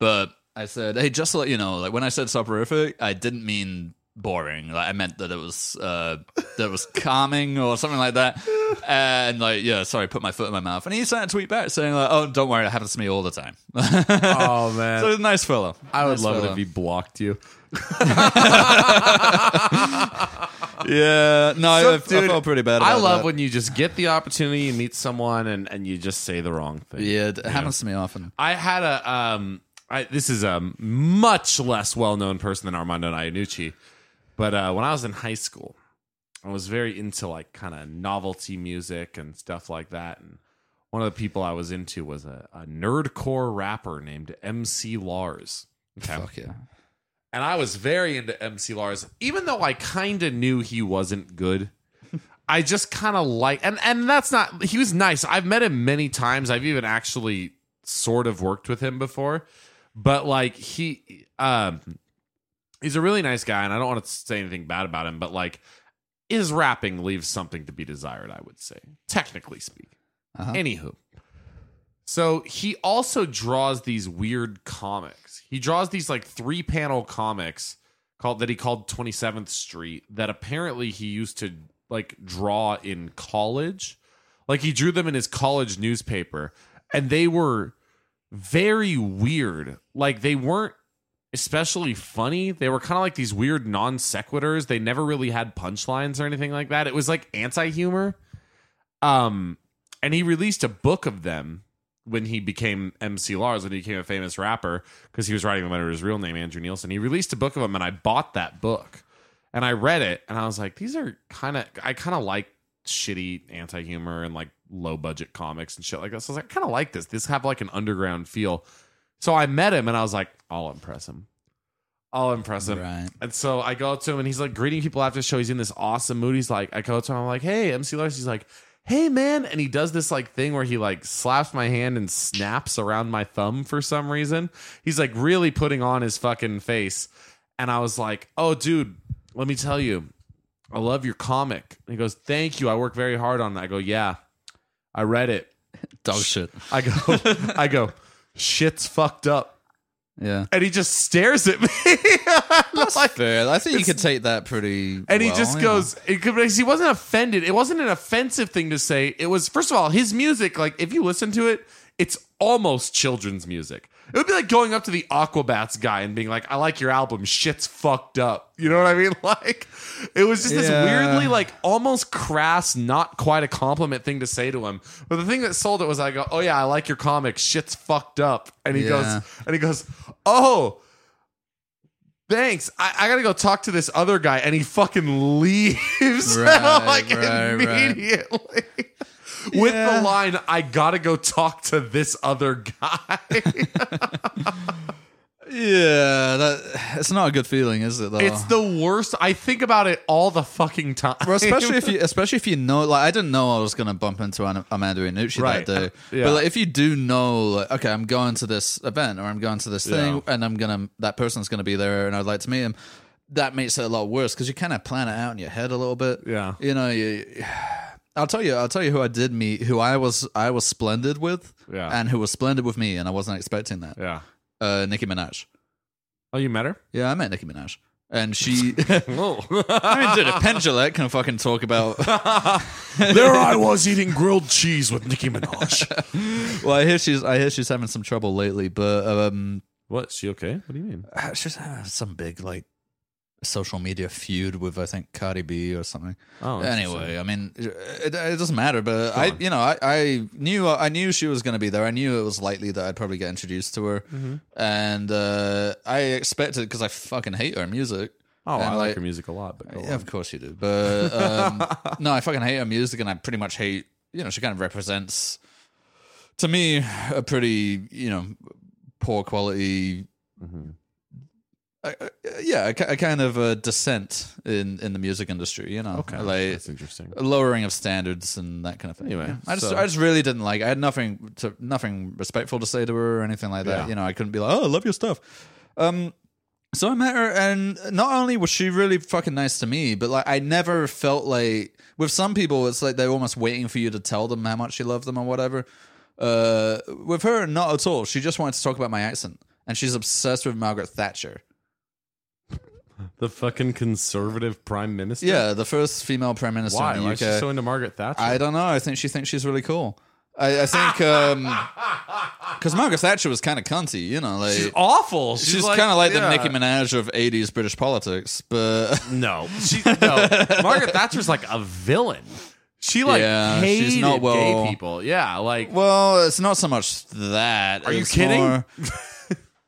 S1: But I said, hey, just to let you know, like when I said soporific, I didn't mean boring. Like I meant that it was uh that it was calming or something like that. And like, yeah, sorry, put my foot in my mouth. And he sent a tweet back saying like, oh, don't worry, it happens to me all the time.
S2: Oh man.
S1: so he's a nice fellow.
S2: I would
S1: Nice
S2: love it
S1: fella.
S2: if he blocked you.
S1: Yeah, no, I, I
S2: Dude,
S1: felt pretty bad.
S2: I
S1: about
S2: love
S1: that.
S2: when you just get the opportunity, you meet someone, and, and you just say the wrong thing.
S1: Yeah, it happens to me often.
S2: I had a um I, this is a much less well known person than Armando Iannucci, but uh, when I was in high school, I was very into like kind of novelty music and stuff like that. And one of the people I was into was a, a nerdcore rapper named MC Lars. Okay.
S1: Fuck yeah.
S2: And I was very into MC Lars, even though I kind of knew he wasn't good. I just kind of like, and and that's not. He was nice. I've met him many times. I've even actually sort of worked with him before, but like he, um, he's a really nice guy, and I don't want to say anything bad about him, but like his rapping leaves something to be desired. I would say, technically speaking.
S1: Uh-huh.
S2: Anywho, so he also draws these weird comics. He draws these like three panel comics called that he called 27th Street that apparently he used to like draw in college. Like he drew them in his college newspaper and they were very weird. Like they weren't especially funny. They were kind of like these weird non sequiturs. They never really had punchlines or anything like that. It was like anti humor. Um, and he released a book of them when he became MC Lars, when he became a famous rapper, because he was writing them under his real name, Andrew Nielsen. He released a book of them, and I bought that book, and I read it, and I was like, these are kind of, I kind of like shitty anti humor and like low budget comics and shit like this. So I was like, I kind of like this. These have like an underground feel. So I met him, and I was like, I'll impress him. I'll impress him.
S1: Right.
S2: And so I go up to him and he's like greeting people after the show. He's in this awesome mood. He's like, I go up to him, I'm like, hey, MC Lars. He's like, hey, man. And he does this like thing where he like slaps my hand and snaps around my thumb for some reason. He's like really putting on his fucking face. And I was like, oh, dude, let me tell you, I love your comic. And he goes, thank you. I work very hard on it. I go, yeah, I read it.
S1: Dog shit.
S2: I go, I go, shit's fucked up.
S1: Yeah.
S2: And he just stares at me. That's like,
S1: Fair. I think you could take that pretty.
S2: And he
S1: well,
S2: just
S1: yeah.
S2: goes, it could- because he wasn't offended. It wasn't an offensive thing to say. It was, first of all, his music, like, if you listen to it, it's almost children's music. It would be like going up to the Aquabats guy and being like, I like your album. Shit's fucked up. You know what I mean? Like, it was just this
S1: Yeah.
S2: weirdly, like, almost crass, not quite a compliment thing to say to him. But the thing that sold it was I go, Oh, yeah, I like your comic. Shit's fucked up. And he
S1: Yeah.
S2: goes, And he goes, Oh, thanks. I, I gotta go talk to this other guy, and he fucking leaves
S1: Right,
S2: like
S1: right, right.
S2: immediately. With
S1: Yeah.
S2: the line, I gotta go talk to this other guy.
S1: Yeah, that it's not a good feeling, is it? Though
S2: it's the worst. I think about it all the fucking time.
S1: Well, especially if you, especially if you know, like I didn't know I was going to bump into Ana- Amanda Inucci
S2: Right.
S1: that day.
S2: Yeah.
S1: But like, if you do know, like, okay, I'm going to this event or I'm going to this thing,
S2: Yeah.
S1: and I'm gonna that person's going to be there, and I'd like to meet him. That makes it a lot worse because you kind of plan it out in your head a little bit.
S2: Yeah.
S1: you know, you, I'll tell you, I'll tell you who I did meet, who I was, I was splendid with,
S2: Yeah.
S1: and who was splendid with me, and I wasn't expecting that.
S2: yeah.
S1: Uh, Nicki Minaj.
S2: Oh, you met her?
S1: Yeah, I met Nicki Minaj, and she.
S2: Oh.
S1: I mean, dude, a pendulette can fucking talk about
S2: there I was eating grilled cheese with Nicki Minaj.
S1: Well, I hear she's I hear she's having some trouble lately, but um, ah,
S2: what? She okay? What do you mean?
S1: she's having some big like social media feud with I think Cardi B or something.
S2: Oh,
S1: anyway, I mean, it, it doesn't matter, but I you know I, I knew I knew she was going to be there. I knew it was likely that I'd probably get introduced to her,
S2: Mm-hmm.
S1: and uh, I expected because I fucking hate her music.
S2: Oh, I
S1: And,
S2: like
S1: like-
S2: her music a lot, but go
S1: Yeah,
S2: on.
S1: of course you do. But um, no, I fucking hate her music, and I pretty much hate. You know, she kind of represents to me a pretty you know poor quality.
S2: Mm-hmm.
S1: Uh, uh, yeah, a, ki- a kind of a dissent in in the music industry. You know,
S2: okay,
S1: like
S2: that's interesting.
S1: a lowering of standards and that kind of thing.
S2: Anyway,
S1: Yeah. I just
S2: so-
S1: I just really didn't like. I had nothing to nothing respectful to say to her or anything like that.
S2: Yeah.
S1: You know, I couldn't be like, oh, I love your stuff. Um, so I met her, and not only was she really fucking nice to me, but like I never felt like with some people, it's like they're almost waiting for you to tell them how much you love them or whatever. Uh, with her, not at all. She just wanted to talk about my accent, and she's obsessed with Margaret Thatcher.
S2: The fucking conservative prime minister.
S1: Yeah, the first female prime minister
S2: Why?
S1: in the
S2: Why
S1: UK.
S2: is she so into Margaret Thatcher?
S1: I don't know. I think she thinks she's really cool. I, I think um because Margaret Thatcher was kind of cunty, you know, like
S2: she's
S1: she's,
S2: awful. She's,
S1: kind of like
S2: yeah.
S1: the Nicki Minaj of '80s British politics, but
S2: No, she no. Margaret Thatcher's like a villain. She like
S1: Yeah, she's
S2: hated
S1: not well-
S2: gay people. Yeah, like
S1: well, it's not so much that.
S2: Are you
S1: it's
S2: kidding?
S1: more-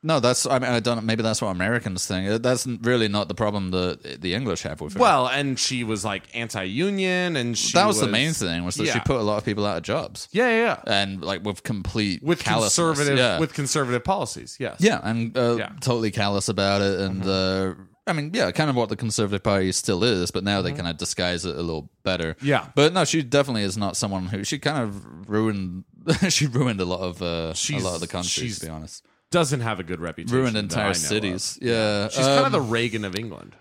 S1: no, that's I mean I don't. Maybe that's what Americans think. Uh, That's really not the problem that the English have with her.
S2: well, and she was like anti-union, and she
S1: that was, the main thing was that she
S2: yeah.
S1: put a lot of people out of jobs
S2: Yeah, yeah, yeah.
S1: and like with complete
S2: with
S1: callousness.
S2: conservative
S1: Yeah.
S2: with conservative policies. Yes.
S1: Yeah, and uh,
S2: Yeah. Mm-hmm.
S1: totally callous about it. And uh, I mean, yeah, kind of what the Conservative Party still is, but now they kind of disguise it a little better.
S2: Mm-hmm. Yeah.
S1: but no, she definitely is not someone who she kind of ruined. she ruined a lot of uh, a
S2: She's-
S1: lot of the country,
S2: she's
S1: to be honest.
S2: doesn't have a good reputation.
S1: Ruined
S2: that I know
S1: entire
S2: of.
S1: cities. Yeah,
S2: She's kind
S1: um,
S2: of the Reagan of England.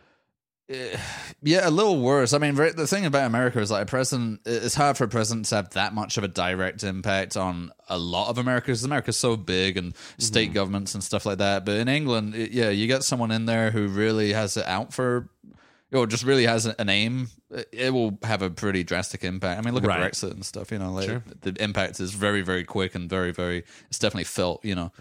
S1: yeah, a little worse. I mean, very- the thing about America is like a president. It's hard for a president to have that much of a direct impact on a lot of America because America's so big and state governments and stuff like that. But in England, it- yeah, you get someone in there who really has it out for, or just really has an aim. It- It will have a pretty drastic impact. I mean, look
S2: Right.
S1: at Brexit and stuff. You know, like the impact is very, very quick and very, very. It's definitely felt. You know.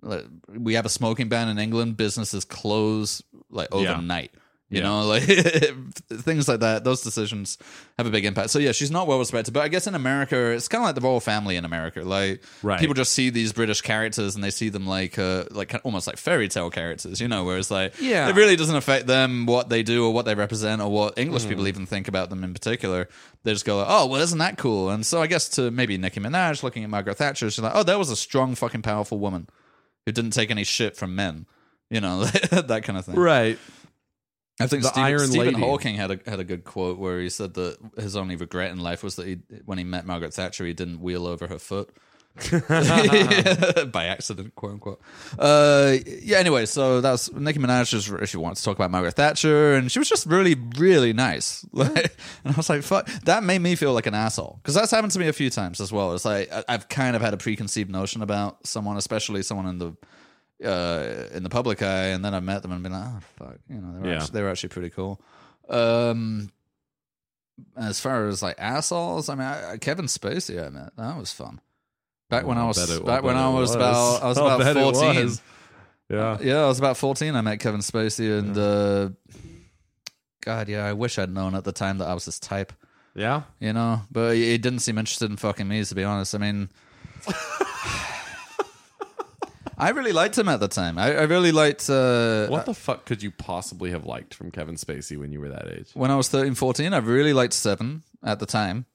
S1: Like, we have a smoking ban in England. Businesses close like
S2: Yeah.
S1: overnight. You
S2: Yeah.
S1: know, like things like that. Those decisions have a big impact. So yeah, she's not well respected, but I guess in America, it's kind of like the royal family in America. Like
S2: Right.
S1: people just see these British characters and they see them like uh, like kind of- almost like fairy tale characters. You know, whereas like
S2: Yeah.
S1: it really doesn't affect them what they do or what they represent or what English
S2: Hmm.
S1: people even think about them in particular. They just go like, oh well, isn't that cool? And so I guess to maybe Nicki Minaj looking at Margaret Thatcher, she's like, oh, that was a strong fucking powerful woman who didn't take any shit from men. You know, that kind of thing.
S2: Right.
S1: I think
S2: The
S1: Stephen,
S2: Iron
S1: Stephen
S2: Lady.
S1: Hawking had a had a good quote where he said that his only regret in life was that he, when he met Margaret Thatcher, he didn't wheel over her foot by accident, quote unquote. Uh, yeah. Anyway, so that's Nicki Minaj. Just, she wants to talk about Margaret Thatcher, and she was just really, really nice. Like, and I was like, "Fuck!" That made me feel like an asshole because that's happened to me a few times as well. It's like I, I've kind of had a preconceived notion about someone, especially someone in the uh, in the public eye, and then I met them and been like, oh fuck, you know, they were,
S2: Yeah.
S1: actually, they were actually pretty cool. Um, as far as like assholes, I mean, I, I- Kevin Spacey, I met that was fun. Back when
S2: I'll
S1: I was
S2: bet it- I'll
S1: back when
S2: bet
S1: I
S2: it
S1: was,
S2: was.
S1: about I was
S2: I'll
S1: about
S2: bet it
S1: fourteen.
S2: was. Yeah.
S1: Yeah, I was about fourteen. I met Kevin Spacey, and uh, God, yeah, I wish I'd known at the time that I was his type.
S2: Yeah.
S1: You know, but he he didn't seem interested in fucking me, to be honest. I mean, I really liked him at the time. I, I really liked uh,
S2: What the fuck could you possibly have liked from Kevin Spacey when you were that age?
S1: when I was 13, 14. I really liked Seven at the time.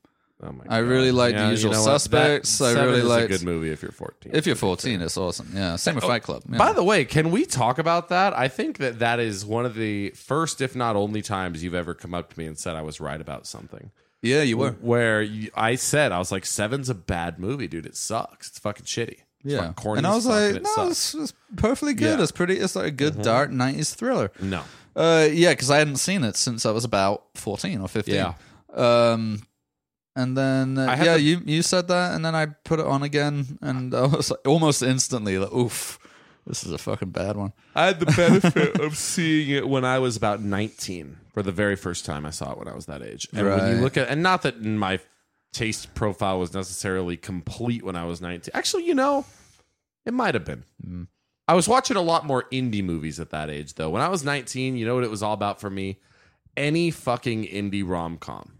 S2: Oh my
S1: I really liked The
S2: you
S1: Usual
S2: know what? That-
S1: Suspects. I
S2: Seven
S1: really
S2: is
S1: liked-
S2: a good movie if Oh, you're 14.
S1: If you're 14, it's awesome. Yeah, same with Fight Club. Yeah.
S2: By the way, can we talk about that? I think that that is one of the first, if not only, times you've ever come up to me and said I was right about something.
S1: yeah, you were.
S2: Where you, I said I was like, Seven's a bad movie, dude. It sucks. It's fucking shitty. It's
S1: Yeah,
S2: fucking corny
S1: and I was
S2: as fuck,
S1: like,
S2: and it
S1: no,
S2: sucks."
S1: it's, it's perfectly good.
S2: Yeah.
S1: It's pretty. It's like a
S2: Mm-hmm.
S1: good dark 90s thriller.
S2: no.
S1: Uh, yeah, because I hadn't seen it since I was about fourteen or fifteen.
S2: Yeah.
S1: Um, and then uh,
S2: I had
S1: yeah,
S2: the-
S1: you you said that, and then I put it on again, and I was like, almost instantly like, oof, this is a fucking bad one.
S2: I had the benefit of seeing it when I was about 19 for the very first time I saw it when I was that age. And when
S1: Right.
S2: you look at, and not that my taste profile was necessarily complete when I was 19. Actually, you know, it might have been.
S1: Mm.
S2: I was watching a lot more indie movies at that age, though. When I was 19, you know what it was all about for me? Any fucking indie rom com.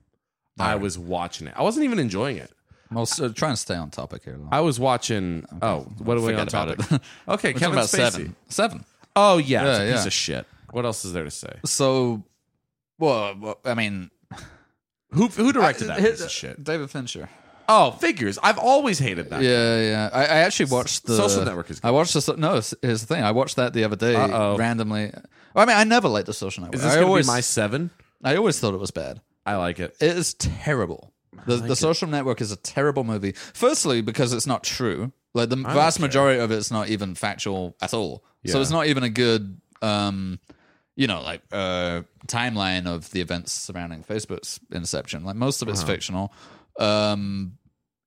S2: I was watching it. I wasn't even enjoying it.
S1: Well, so trying to stay on topic here. Though.
S2: I was watching. Oh, what are we
S1: Forget
S2: on
S1: about it.
S2: topic? Okay,
S1: We're talking
S2: Kevin
S1: about
S2: Spacey.
S1: seven, seven.
S2: Oh yeah, it's
S1: Yeah,
S2: a piece
S1: yeah.
S2: of shit. What else is there to say?
S1: So, well, well, I mean,
S2: Who who directed that
S1: hit-
S2: piece of shit?
S1: David Fincher.
S2: Oh, figures. I've always hated that.
S1: Yeah, yeah. I, I actually watched the
S2: Social Network is good.
S1: I watched the no. it's- Here's the thing. I watched that the other day
S2: Uh-oh.
S1: randomly. I mean, I never liked the Social Network.
S2: Is this
S1: I
S2: gonna
S1: always
S2: be my seven?
S1: I always thought it was bad.
S2: I like it.
S1: It is terrible. The, the social network is a terrible movie. Firstly, because it's not true. Like the vast majority of it's not even factual at all. So
S2: Yeah.
S1: it's not even a good, um, you know, like uh, timeline of the events surrounding Facebook's inception. Like most of it's fictional. Um,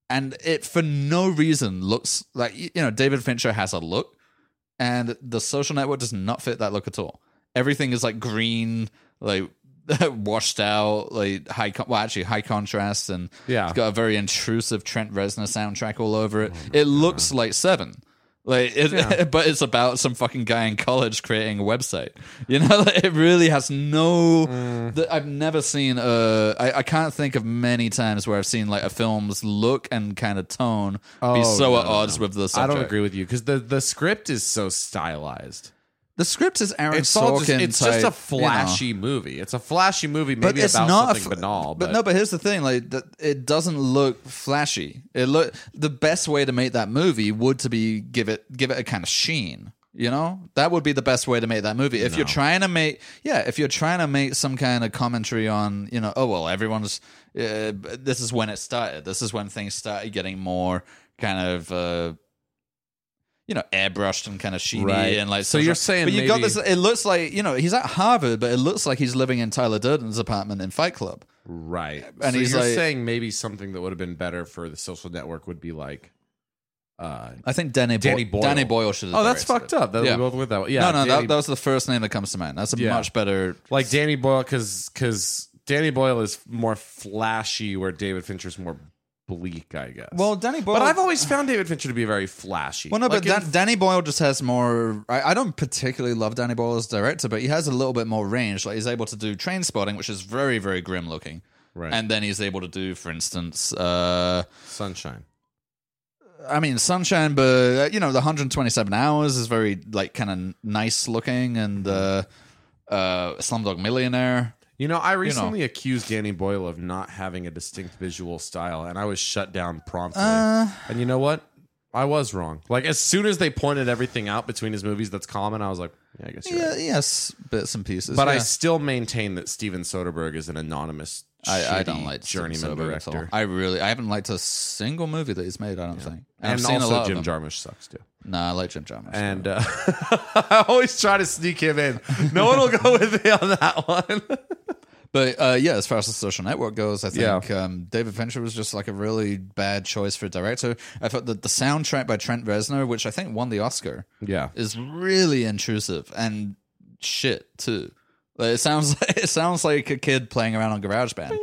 S1: and it for no reason looks like you know David Fincher has a look and the social network does not fit that look at all. Everything is like green, like washed out, like high, con- well, actually high contrast, and
S2: Yeah.
S1: it's got a very intrusive Trent Reznor soundtrack all over
S2: Oh
S1: it. it looks like Seven. Like, it, but it's about some fucking guy in college creating a website. You know, like, it really has no.
S2: Mm.
S1: The, I've never seen. Uh, I, I can't think of many times where I've seen like a film's look and kind of tone be
S2: Oh,
S1: so
S2: no,
S1: at
S2: no,
S1: odds with the
S2: I
S1: subject.
S2: don't agree with you because the, the script is so stylized.
S1: The script is Aaron
S2: It's all
S1: Sorkin.
S2: just, it's
S1: type,
S2: just a
S1: you know.
S2: flashy movie. It's a flashy movie, maybe
S1: but it's
S2: about
S1: not a
S2: something
S1: f-
S2: banal. But,
S1: But, no, but here's the thing: like, that it doesn't look flashy. It look the best way to make that movie would to be give it give it a kind of sheen. You know, that would be the best way to make that movie. If you're trying to make, yeah, if you're trying to make some kind of commentary on, you know, oh well, everyone's uh, this is when it started. This is when things started getting more kind of. Uh, you know, airbrushed and kind of sheeny
S2: Right.
S1: and like
S2: So you're
S1: social-
S2: saying
S1: but you got
S2: maybe-
S1: this it looks like you know he's at Harvard, but it looks like he's living in Tyler Durden's apartment in Fight Club.
S2: right.
S1: And
S2: so
S1: he's
S2: you're
S1: like-
S2: saying maybe something that would have been better for the social network would be like. Uh,
S1: I think Danny
S2: Danny
S1: Boy-
S2: Boyle.
S1: Danny Boyle should. have
S2: oh, that's
S1: directed
S2: fucked
S1: it.
S2: up. That
S1: Yeah.
S2: we both went that way. Yeah,
S1: No, no,
S2: Danny-
S1: that, that was the first name that comes to mind. That's a
S2: Yeah.
S1: much better.
S2: like Danny Boyle because because Danny Boyle is more flashy, where David Fincher's more bleak, I guess.
S1: Well, Danny Boyle.
S2: but I've always found David Fincher to be very flashy.
S1: Well, no,
S2: Like
S1: but Dan-
S2: in-
S1: Danny Boyle just has more. I, I don't particularly love Danny Boyle as a director, but he has a little bit more range. Like he's able to do Train Spotting, which is very, very grim looking,
S2: Right.
S1: and then he's able to do, for instance, uh,
S2: Sunshine.
S1: I mean, Sunshine, but uh, you know, the 127 Hours is very like kind of nice looking, and uh, uh, Slumdog Millionaire.
S2: You know, I recently accused Danny Boyle of not having a distinct visual style, and I was shut down promptly.
S1: Uh,
S2: and you know what? I was wrong. Like as soon as they pointed everything out between his movies that's common, I was like, yeah, I guess you're
S1: yeah,
S2: right.
S1: yes, bits and pieces.
S2: But I
S1: yeah.
S2: still maintain that Steven Soderbergh is an anonymous.
S1: I, I
S2: shitty
S1: don't like Steven
S2: journeyman
S1: Soderbergh at all.
S2: director.
S1: I really, I haven't liked a single movie that he's made. I don't think, and, I've
S2: and
S1: seen a lot
S2: also
S1: of
S2: Jim
S1: them.
S2: Jarmusch sucks too.
S1: No, I like Jim Jarmusch.
S2: And uh, I always try to sneak him in. No one will go with me on that one.
S1: But uh, yeah, as far as the social network goes, I think
S2: Yeah.
S1: um, David Fincher was just like a really bad choice for a director. I thought that the soundtrack by Trent Reznor, which I think won the Oscar,
S2: Yeah.
S1: is really intrusive and shit too. Like, it sounds it sounds like a kid playing around on GarageBand.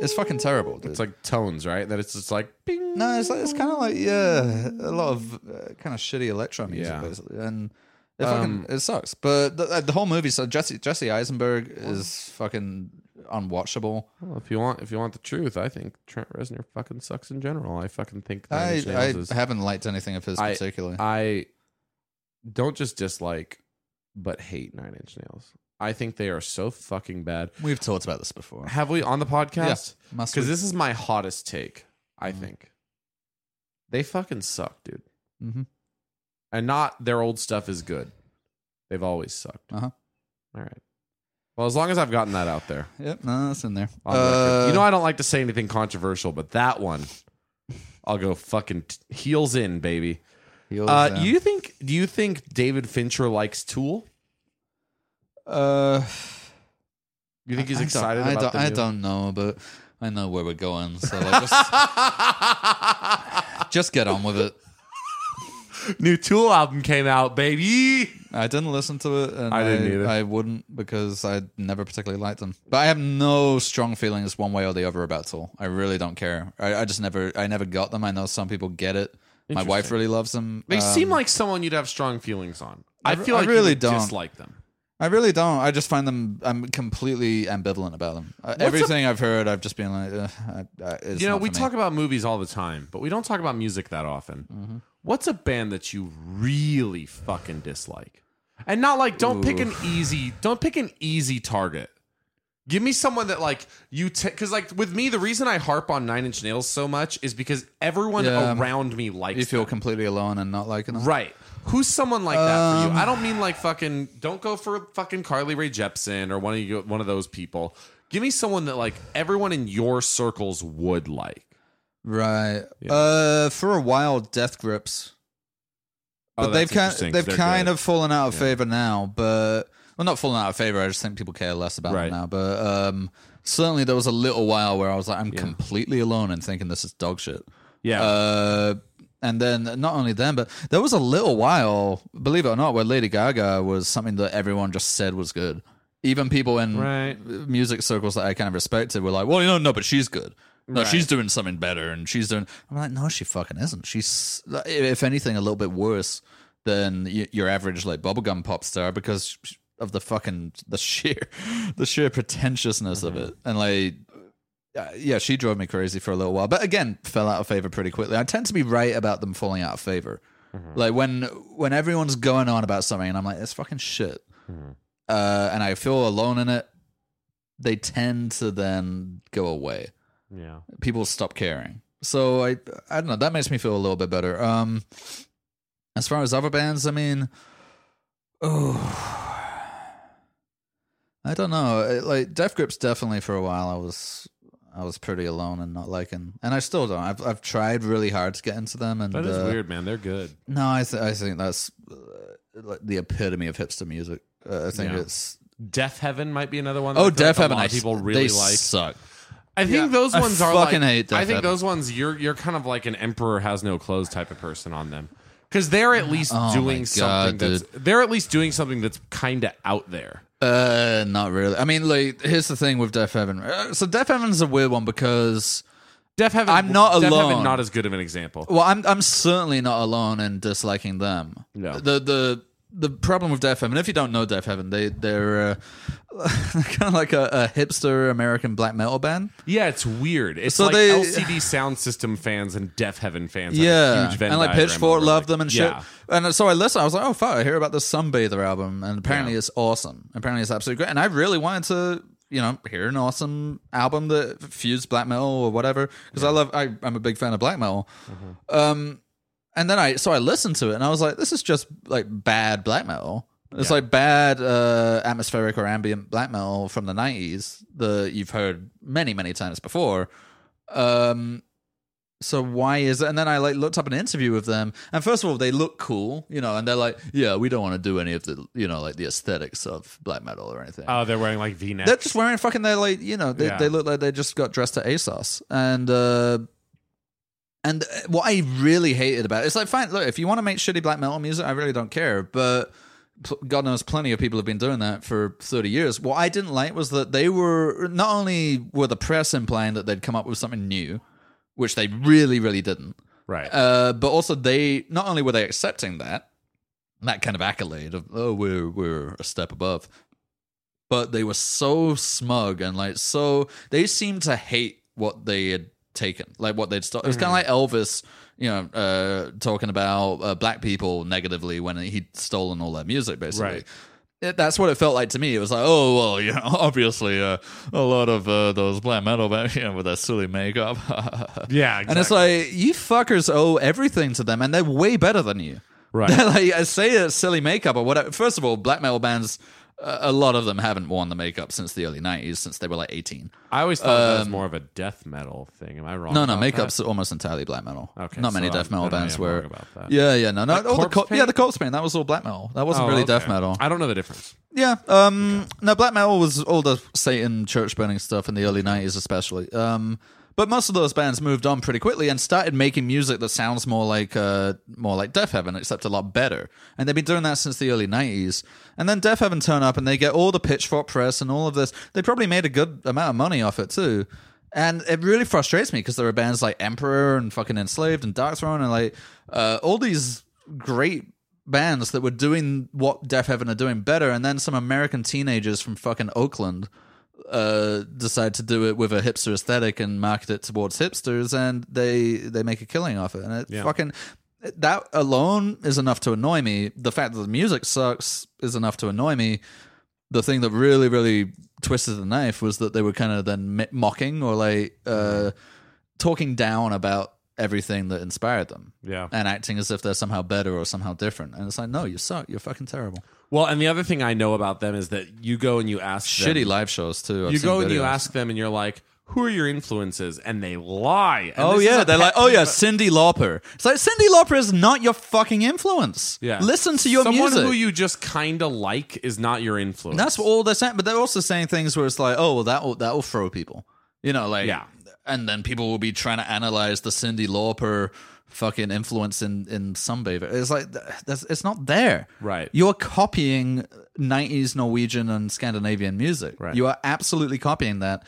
S1: It's fucking terrible, dude.
S2: It's like tones, right? That it's just like bing.
S1: no, it's like, it's kind of like yeah, a lot of uh, kind of shitty electro music
S2: Yeah. Um,
S1: basically, and. It fucking it sucks, but the, uh, the whole movie. So Jesse Jesse Eisenberg is fucking unwatchable.
S2: Well, if you want, if you want the truth, I think Trent Reznor fucking sucks in general. I fucking think Nine
S1: I,
S2: Inch Nails is-
S1: I haven't liked anything of his
S2: I-
S1: particularly.
S2: I don't just dislike, but hate Nine Inch Nails. I think they are so fucking bad.
S1: We've talked about this before.
S2: Have we on the podcast?
S1: Must
S2: Because this is my hottest take. I
S1: Mm-hmm.
S2: think they fucking suck, dude.
S1: Mhm.
S2: And not their old stuff is good. They've always sucked.
S1: Uh-huh.
S2: All right. Well, as long as I've gotten that out there.
S1: Yep, no, that's in there.
S2: on record.
S1: Uh,
S2: you know, I don't like to say anything controversial, but that one, I'll go fucking t- heels in, baby.
S1: heels,
S2: Uh,
S1: yeah.
S2: You think? Do you think David Fincher likes Tool?
S1: Uh,
S2: You think he's
S1: I don't-
S2: excited
S1: I
S2: about
S1: don't,
S2: the
S1: I
S2: new-
S1: don't know, but I know where we're going. So like, just, just get on with it.
S2: new Tool album came out, baby?
S1: I didn't listen to it, and
S2: I didn't either.
S1: I wouldn't because I never particularly liked them. But I have no strong feelings one way or the other about Tool. I really don't care. I, I just never, I never got them. I know some people get it. My wife
S2: Interesting.
S1: really loves them.
S2: They
S1: Um,
S2: seem like someone you'd have strong feelings on. I,
S1: I re-
S2: feel
S1: I
S2: like you
S1: really
S2: would
S1: don't.
S2: dislike them.
S1: I really don't. I just find them. I'm completely ambivalent about them. Uh, everything i I've heard, I've just been like, Ugh, I, I, it's
S2: You know,
S1: not
S2: we
S1: for me. Mm-hmm.
S2: talk about movies all the time, but we don't talk about music that often. What's a band that you really fucking dislike? And not like don't pick an easy don't pick an easy target. Give me someone that like you because like with me the reason I harp on Nine Inch Nails so much is because everyone
S1: Yeah.
S2: around me likes
S1: You feel
S2: them.
S1: completely alone and not liking them.
S2: right. Who's someone like that for
S1: Um,
S2: you? I don't mean like fucking. Don't go for fucking Carly Rae Jepsen or one of you one of those people. Give me someone that like everyone in your circles would like.
S1: Right. Uh, for a while, Death Grips,
S2: Oh,
S1: but they've kind they've kind of fallen out of favor now. But well, not fallen out of favor. I just think people care less about
S2: Right.
S1: them now. But um, certainly there was a little while where I was like, I'm completely alone and thinking this is dog shit.
S2: yeah.
S1: Uh, and then not only then, but there was a little while, believe it or not, where Lady Gaga was something that everyone just said was good. Even people in
S2: Right.
S1: music circles that I kind of respected were like, "Well, you know, no, but she's good. No, she's doing something better, and she's doing." I'm like, "No, she fucking isn't. She's, if anything, a little bit worse than y- your average like bubblegum pop star because of the fucking the sheer, the sheer pretentiousness of it, and like uh, yeah, she drove me crazy for a little while, but again, fell out of favor pretty quickly. I tend to be right about them falling out of favor, like when when everyone's going on about something, and I'm like, it's fucking shit, uh, and I feel alone in it. They tend to then go away.
S2: yeah.
S1: People stop caring. So I I don't know. That makes me feel a little bit better. Um, as far as other bands, I mean, oh, I don't know. It- Like Death Grips, definitely for a while, I was I was pretty alone and not liking, and I still don't. I've I've tried really hard to get into them, and
S2: That is
S1: uh,
S2: weird, man. They're good.
S1: No, I th- I think that's uh, like the epitome of hipster music. Uh, I think
S2: Yeah.
S1: it's
S2: Death Heaven might be another one. that I
S1: oh,
S2: feel
S1: Death
S2: like a
S1: Heaven.
S2: lot
S1: I
S2: of people really
S1: they
S2: like.
S1: suck.
S2: I think those
S1: I
S2: ones are
S1: fucking
S2: like.
S1: hate Death
S2: I think
S1: Heaven.
S2: those ones you're you're kind of like an emperor has no clothes type of person on them because they're at least
S1: Oh my
S2: doing
S1: God,
S2: something that's they're at least doing something that's kind of out there.
S1: Uh, not really. I mean, like, here's the thing with Death Heaven. Uh, So Death Heaven's a weird one because
S2: Def Heaven.
S1: I'm not
S2: Def Heaven
S1: alone.
S2: not as good of an example.
S1: Well, I'm I'm certainly not alone in disliking them.
S2: No.
S1: The the the problem with Def Heaven, if you don't know Def Heaven, they they're uh, kind of like a, a hipster American black metal band.
S2: Yeah, it's weird. It's
S1: So
S2: like
S1: they-
S2: LCD sound system fans and Def Heaven fans. have a
S1: yeah,
S2: huge Venn
S1: and like
S2: diagram
S1: Pitchfork
S2: over,
S1: loved
S2: like-
S1: them and shit.
S2: Yeah.
S1: And so I listened. I was like, oh fuck, I hear about this Sunbather album, and apparently
S2: Yeah.
S1: it's awesome. Apparently it's absolutely great. And I really wanted to, you know, hear an awesome album that fused black metal or whatever because I love. I, I'm a big fan of black metal.
S2: Mm-hmm.
S1: Um, and then I so I listened to it and I was like, this is just like bad black metal. It's
S2: Yeah.
S1: like bad uh, atmospheric or ambient black metal from the '90s that you've heard many, many times before. Um, so why is it? And then I like looked up an interview with them, and first of all, they look cool, you know, and they're like, yeah, we don't want to do any of the, you know, like the aesthetics of black metal or anything.
S2: Oh, they're wearing like V necks.
S1: They're just wearing fucking. They're like you know they,
S2: Yeah.
S1: they look like they just got dressed to ASOS and uh, and uh, what I really hated about it, it's like fine look if you want to make shitty black metal music I really don't care but pl- God knows plenty of people have been doing that for thirty years. What I didn't like was that they were not only were the press implying that they'd come up with something new, which they really really didn't.
S2: right.
S1: Uh, but also they not only were they accepting that that kind of accolade of oh we're we're a step above, but they were so smug and like so they seemed to hate what they had taken, like what they'd started. It was kind of like Elvis, you know, uh, talking about uh, black people negatively when he'd stolen all their music, basically
S2: Right.
S1: it, that's what it felt like to me. It was like, oh well, you know, obviously uh, a lot of uh, those black metal, bands, you know, with that silly makeup.
S2: Yeah,
S1: and it's like you fuckers owe everything to them, and they're way better than you.
S2: Right.
S1: They're like I say it's silly makeup or whatever. First of all, black metal bands, uh, a lot of them haven't worn the makeup since the early '90s, since they were like 18.
S2: I always thought that was more of a death metal thing. Am I wrong?
S1: um, No, no,
S2: about
S1: makeup's
S2: that?
S1: almost entirely black metal.
S2: Okay,
S1: not many
S2: so
S1: death
S2: I'm-
S1: metal
S2: then I
S1: bands
S2: am
S1: were.
S2: wrong about that.
S1: Yeah, yeah, no, no. all the
S2: corpse
S1: co- yeah,
S2: paint?
S1: the corpse paint that was all black metal. That wasn't
S2: Oh,
S1: really
S2: okay.
S1: death metal.
S2: I don't know the difference.
S1: Yeah. Um, No, black metal was all the Satan church burning stuff in the early 90s, especially. Um, but most of those bands moved on pretty quickly and started making music that sounds more like uh, more like Death Heaven, except a lot better. And they've been doing that since the early 90s. And then Death Heaven turn up and they get all the pitchfork press and all of this. They probably made a good amount of money off it, too. And it really frustrates me because there are bands like Emperor and fucking Enslaved and Darkthrone and like uh, all these great bands that were doing what Deaf Heaven are doing better, and then some American teenagers from fucking Oakland uh, decide to do it with a hipster aesthetic and market it towards hipsters, and they they make a killing off it, and it
S2: Yeah.
S1: fucking that alone is enough to annoy me. The fact that the music sucks is enough to annoy me. The thing that really really twisted the knife was that they were kind of then mi- mocking or like uh, talking down about everything that inspired them
S2: Yeah.
S1: and acting as if they're somehow better or somehow different. And it's like, no, you suck. You're fucking terrible.
S2: Well, and the other thing I know about them is that you go and you ask them-
S1: Shitty live shows too. I've
S2: you
S1: seen
S2: go and you
S1: videos.
S2: ask them, and you're like, "Who are your influences?" And they lie. And
S1: Oh
S2: this is
S1: yeah,
S2: a
S1: they're
S2: pet
S1: like, oh
S2: peeve
S1: yeah,
S2: of-
S1: Cindy Lauper. It's like Cindy Lauper is not your fucking influence.
S2: yeah.
S1: listen to your
S2: Someone
S1: music.
S2: who you just kind of like is not your influence.
S1: And that's all they're saying. But they're also saying things where it's like, oh well, that will that will throw people. You know, like
S2: Yeah.
S1: And then people will be trying to analyze the Cindy Lauper fucking influence in in Sunbather. It's like th- that's it's not there.
S2: Right.
S1: You're copying 90s Norwegian and Scandinavian music.
S2: Right.
S1: You are absolutely copying that.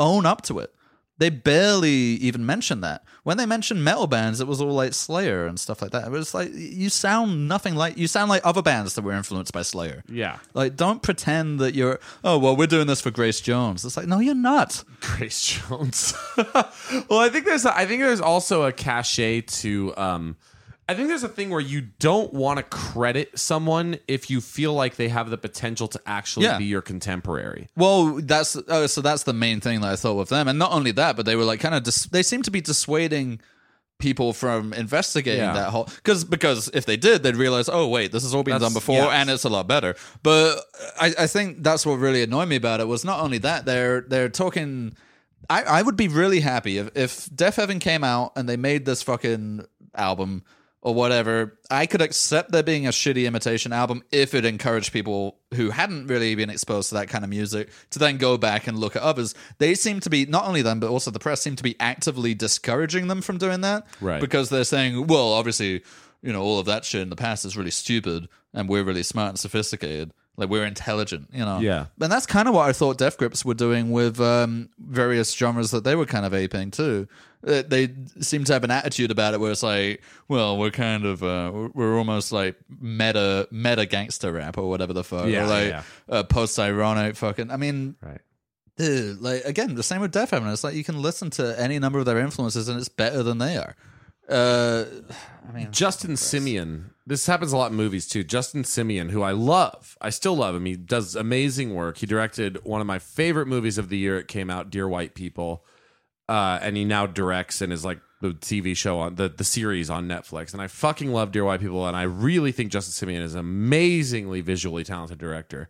S1: Own up to it. They barely even mention that. When they mentioned metal bands, it was all like Slayer and stuff like that. It was like you sound nothing like you sound like other bands that were influenced by Slayer.
S2: yeah.
S1: Like, don't pretend that you're. Oh well, we're doing this for Grace Jones. It's like, no, you're not.
S2: Grace Jones. well, I think there's a, I think there's also a cachet to um I think there's a thing where you don't want to credit someone if you feel like they have the potential to actually
S1: Yeah.
S2: be your contemporary.
S1: Well, that's oh, so that's the main thing that I thought with them, and not only that, but they were like kind of dis- they seem to be dissuading people from investigating
S2: Yeah.
S1: that whole because because if they did, they'd realize, oh wait, this has all been
S2: That's-
S1: done before,
S2: yes.
S1: and it's a lot better. But I, I think that's what really annoyed me about it was not only that they're they're talking. I, I would be really happy if if Def Heaven came out and they made this fucking album or whatever. I could accept there being a shitty imitation album if it encouraged people who hadn't really been exposed to that kind of music to then go back and look at others. They seem to be not only them but also the press seem to be actively discouraging them from doing that
S2: Right.
S1: because they're saying, well, obviously, you know, all of that shit in the past is really stupid, and we're really smart and sophisticated, Like we're intelligent, you know.
S2: Yeah.
S1: And that's kind of what I thought Death Grips were doing with um, various genres that they were kind of aping too. Uh, They seem to have an attitude about it where it's like, well, we're kind of uh, we're- we're almost like meta meta gangster rap or whatever the fuck,
S2: Yeah,
S1: or
S2: yeah,
S1: like
S2: yeah.
S1: Uh, post ironic fucking. I mean,
S2: Right.
S1: dude, like again, the same with Def Heaven. It's like you can listen to any number of their influences and it's better than they are. Uh, I mean,
S2: Justin Simeon. This happens a lot in movies too. Justin Simeon, who I love, I still love him. He does amazing work. He directed one of my favorite movies of the year. It came out, Dear White People, uh, and he now directs and is like the TV show on the the series on Netflix. And I fucking love Dear White People, and I really think Justin Simeon is an amazingly visually talented director.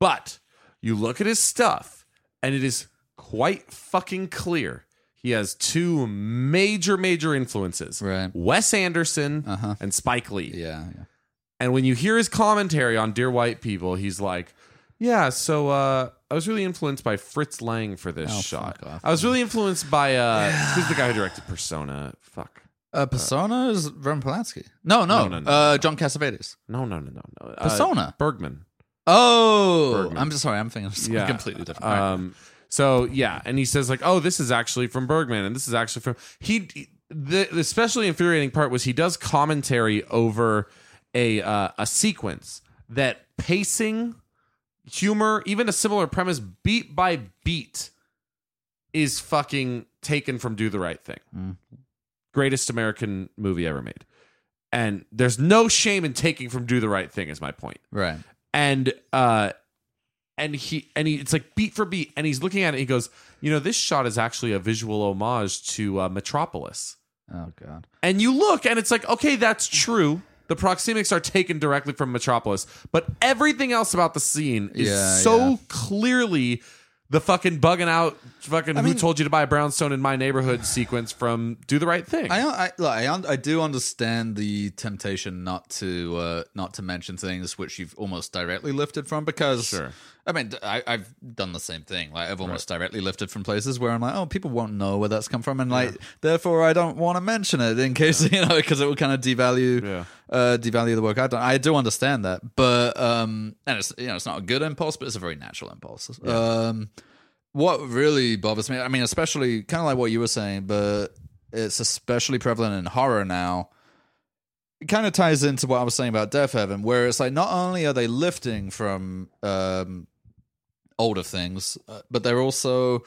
S2: But you look at his stuff, and it is quite fucking clear. He has two major, major influences.
S1: Right.
S2: Wes Anderson
S1: Uh-huh.
S2: and Spike Lee.
S1: yeah, yeah.
S2: And when you hear his commentary on Dear White People, he's like, "Yeah, so uh, I was really influenced by Fritz Lang for this
S1: Oh,
S2: shot.
S1: fuck off.
S2: I was really influenced by uh, who's the guy who directed Persona? Fuck,
S1: Uh, Persona is Roman Polanski. No, no,
S2: No, no, no,
S1: uh, John Cassavetes.
S2: no, no, no, no, no. Uh,
S1: Persona.
S2: Bergman.
S1: oh,
S2: Bergman.
S1: I'm just sorry. I'm thinking of something
S2: Yeah.
S1: completely different. Alright.
S2: Um, so yeah, and he says like, "Oh, this is actually from Bergman, and this is actually from he." The, the especially infuriating part was he does commentary over a uh, a sequence that pacing, humor, even a similar premise, beat by beat, is fucking taken from Do the Right Thing,
S1: Mm.
S2: greatest American movie ever made. And there's no shame in taking from Do the Right Thing, is my point
S1: right.
S2: and uh and he and he it's like beat for beat and he's looking at it and he goes you know this shot is actually a visual homage to uh, metropolis
S1: Oh god.
S2: and you look and it's like okay that's true the proxemics are taken directly from metropolis but everything else about the scene is
S1: Yeah,
S2: so
S1: yeah.
S2: clearly the fucking bugging out fucking who
S1: mean-
S2: told you to buy a brownstone in my neighborhood sequence from do the right thing
S1: I I, look, I un- I do understand the temptation not to uh, not to mention things which you've almost directly lifted from because
S2: Sure.
S1: I mean d- I, have done the same thing like I've almost directly lifted from places where I'm like oh people won't know where that's come from and like therefore I don't want to mention it in case you know because it will kind of devalue
S2: Yeah.
S1: uh, devalue the work I've done I do understand that but um and it's you know it's not a good impulse but it's a very natural impulse um what really bothers me, I mean, especially kind of like what you were saying, but it's especially prevalent in horror now. It kind of ties into what I was saying about Death Heaven, where it's like not only are they lifting from um, older things, uh, but they're also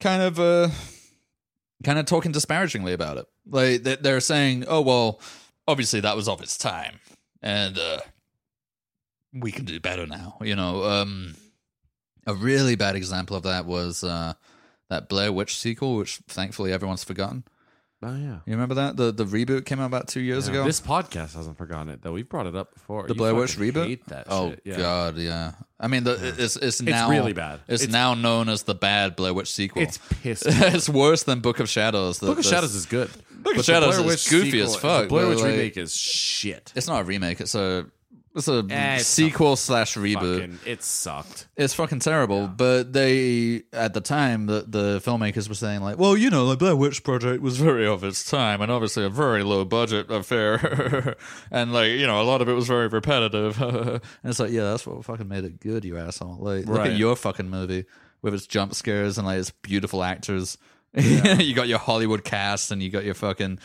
S1: kind of uh, kind of talking disparagingly about it. Like they- they're saying, "Oh well, obviously that was of its time, and uh, we can do better now." You know, um, a really bad example of that was uh, that Blair Witch sequel, which thankfully everyone's forgotten.
S2: oh yeah
S1: You remember that the the reboot came out about two years
S2: Yeah.
S1: ago.
S2: This podcast hasn't forgotten it though. We've brought it up before.
S1: the
S2: You
S1: Blair Witch
S2: fucking
S1: reboot.
S2: hate that
S1: oh
S2: shit. Yeah.
S1: god, yeah. I mean, the, it's it's now
S2: really bad.
S1: It's,
S2: It's-
S1: now known as the bad Blair Witch sequel.
S2: It's pissing.
S1: it's worse than Book of Shadows. The-
S2: Book of
S1: the-
S2: Shadows is good. Book
S1: of Shadows is goofy as fuck,
S2: The Blair
S1: but,
S2: Witch
S1: like-
S2: remake is shit.
S1: It's not a remake. It's a it's a
S2: Eh, it's
S1: sequel slash reboot.
S2: Fucking, it sucked.
S1: It's fucking terrible. But they, at the time, the, the filmmakers were saying, like, well, you know, the Blair Witch Project was very of its time and obviously a very low budget affair. and, like, you know, a lot of it was very repetitive. and it's like, yeah, that's what fucking made it good, you asshole. Like, look
S2: Right.
S1: at your fucking movie with its jump scares and, like, its beautiful actors. you got your Hollywood cast and you got your fucking.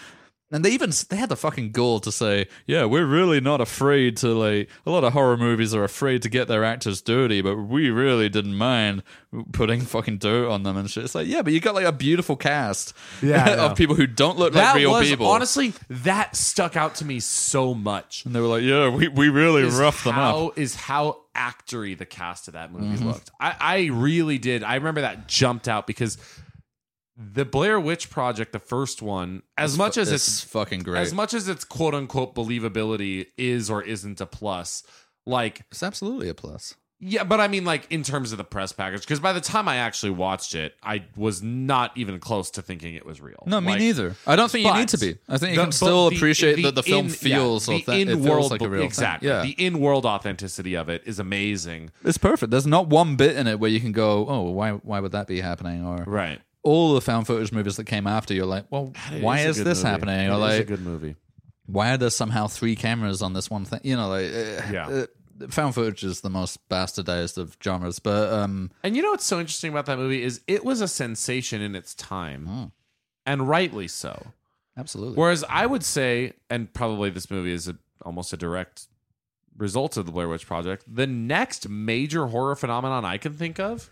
S1: And they even they had the fucking gall to say, "Yeah, we're really not afraid to like a lot of horror movies are afraid to get their actors dirty, but we really didn't mind putting fucking dirt on them and shit." It's like, yeah, but you got like a beautiful cast
S2: Yeah, I know.
S1: of people who don't look like real people.
S2: honestly that stuck out to me so much.
S1: and they were like, "Yeah, we, we really
S2: Is
S1: roughed them
S2: how,
S1: up." Mm-hmm.
S2: Is how actory the cast of that movie looked. I, I really did. I remember that jumped out because the Blair Witch Project, the first one, as much as it's
S1: It's fucking great.
S2: as much as its quote unquote believability is or isn't a plus, like
S1: it's absolutely a plus.
S2: Yeah, but I mean, like in terms of the press package, because by the time I actually watched it, I was not even close to thinking it was real.
S1: No, me
S2: Like,
S1: neither. I don't think you
S2: but
S1: need to be. I think you
S2: the-
S1: can still
S2: but the-
S1: appreciate that the film
S2: in-
S1: feels
S2: yeah,
S1: authentic.
S2: the
S1: it feels
S2: in-world
S1: like a
S2: be-
S1: real thing.
S2: exactly.
S1: Yeah,
S2: The in-world authenticity of it is amazing.
S1: it's perfect. There's not one bit in it where you can go, "Oh, why why would that be happening?" Or
S2: Right?
S1: all the found footage movies that came after, you're like, well, why is, this happening? Or like,
S2: good movie.
S1: why are there somehow three cameras on this one thing? You know, like, uh,
S2: Yeah.
S1: uh, found footage is the most bastardized of genres, but um,
S2: And you know what's so interesting about that movie is it was a sensation in its time,
S1: Hmm.
S2: and rightly so.
S1: absolutely.
S2: Whereas I would say, and probably this movie is a, almost a direct result of the Blair Witch Project. The next major horror phenomenon I can think of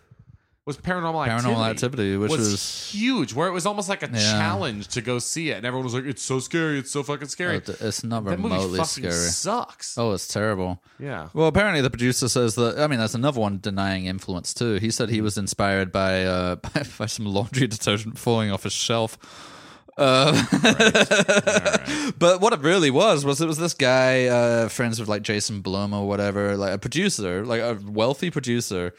S2: was Paranormal Activity.
S1: Paranormal Activity, which
S2: was,
S1: was
S2: huge, where it was almost like a
S1: Yeah.
S2: challenge to go see it, and everyone was like, "It's so scary! It's so fucking scary!"
S1: Oh, it's not
S2: that movie
S1: remotely
S2: fucking
S1: scary.
S2: sucks.
S1: Oh, it's terrible.
S2: Yeah,
S1: Well, apparently the producer says that. I mean, that's another one denying influence too. He said he was inspired by uh, by, by some laundry detergent falling off his shelf. Uh, But what it really was was it was this guy uh, friends with like Jason Blum or whatever, like a producer, like a wealthy producer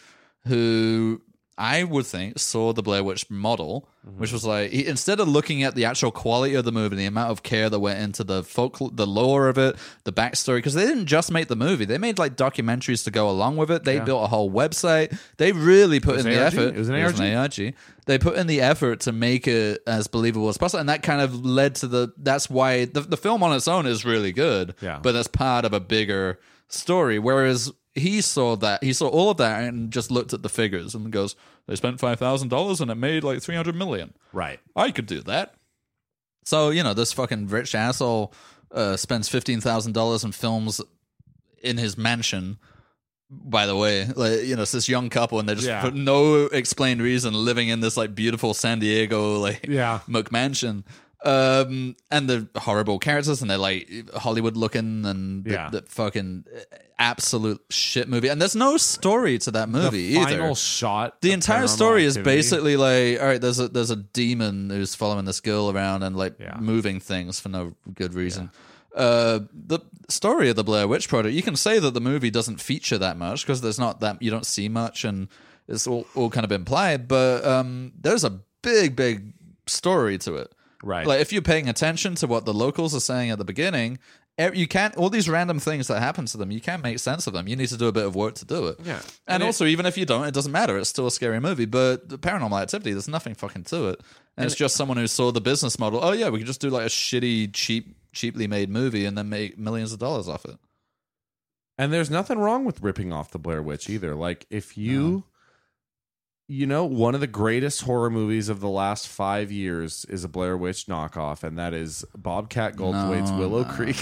S1: who I would think saw the Blair Witch model,
S2: Mm-hmm.
S1: which was like he, instead of looking at the actual quality of the movie, the amount of care that went into the folk, the lore of it, the backstory, because they didn't just make the movie; they made like documentaries to go along with it. They built a whole website. They really put in the
S2: ARG?
S1: effort.
S2: It was an ARG?
S1: ARG. They put in the effort to make it as believable as possible, and that kind of led to the. That's why the the film on its own is really good.
S2: Yeah.
S1: but that's part of a bigger story. Whereas he saw that he saw all of that and just looked at the figures and goes, "They spent five thousand dollars and it made like three hundred million.
S2: right.
S1: I could do that." So you know, this fucking rich asshole uh, spends fifteen thousand dollars and films in his mansion. By the way, like you know, it's this young couple, and they're just
S2: Yeah.
S1: for no explained reason living in this like beautiful San Diego like
S2: Yeah.
S1: McMansion. Um, and the horrible characters, and they're like Hollywood looking, and the,
S2: Yeah.
S1: the fucking absolute shit movie. And there's no story to that movie either.
S2: Final shot.
S1: The
S2: of
S1: entire
S2: Paranormal
S1: story is
S2: Activity.
S1: basically like, all right, there's a there's a demon who's following this girl around and like
S2: Yeah.
S1: moving things for no good reason. Uh, the story of the Blair Witch Project, you can say that the movie doesn't feature that much because there's not that you don't see much and it's all, all kind of implied, but um, there's a big big story to it.
S2: right.
S1: Like if you're paying attention to what the locals are saying at the beginning, e- you can't all these random things that happen to them. You can't make sense of them. You need to do a bit of work to do it.
S2: Yeah.
S1: and,
S2: And it-
S1: also even if you don't, it doesn't matter. It's still a scary movie. But the Paranormal Activity, there's nothing fucking to it. And, it's just someone who saw the business model. Oh yeah, we could just do like a shitty, cheap, cheaply made movie and then make millions of dollars off it.
S2: And there's nothing wrong with ripping off the Blair Witch either. Like if you you know, one of the greatest horror movies of the last five years is a Blair Witch knockoff, and that is Bobcat Goldthwait's
S1: No,
S2: Willow
S1: no.
S2: Creek.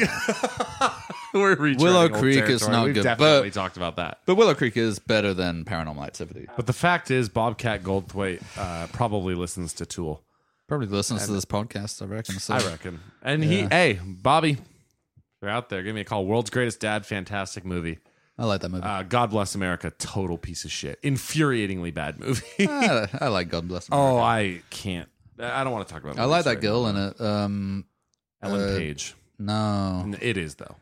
S2: We're reaching
S1: Willow
S2: old
S1: Creek is
S2: territory.
S1: not
S2: We've
S1: good,
S2: Definitely
S1: but-
S2: talked about that.
S1: But Willow Creek is better than Paranormal Activity.
S2: But the fact is, Bobcat Goldthwait uh, probably listens to Tool.
S1: Probably listens to this podcast, I reckon. So.
S2: I reckon. And he, hey, Bobby, if you're out there. Give me a call. World's Greatest Dad, fantastic movie.
S1: I like that movie.
S2: Uh, God Bless America, total piece of shit. Infuriatingly bad movie.
S1: I, I like God Bless. America.
S2: Oh, I can't. I don't want to talk about.
S1: I like
S2: movies
S1: that
S2: right
S1: girl in it. Um,
S2: now. Ellen Page.
S1: no,
S2: It is though.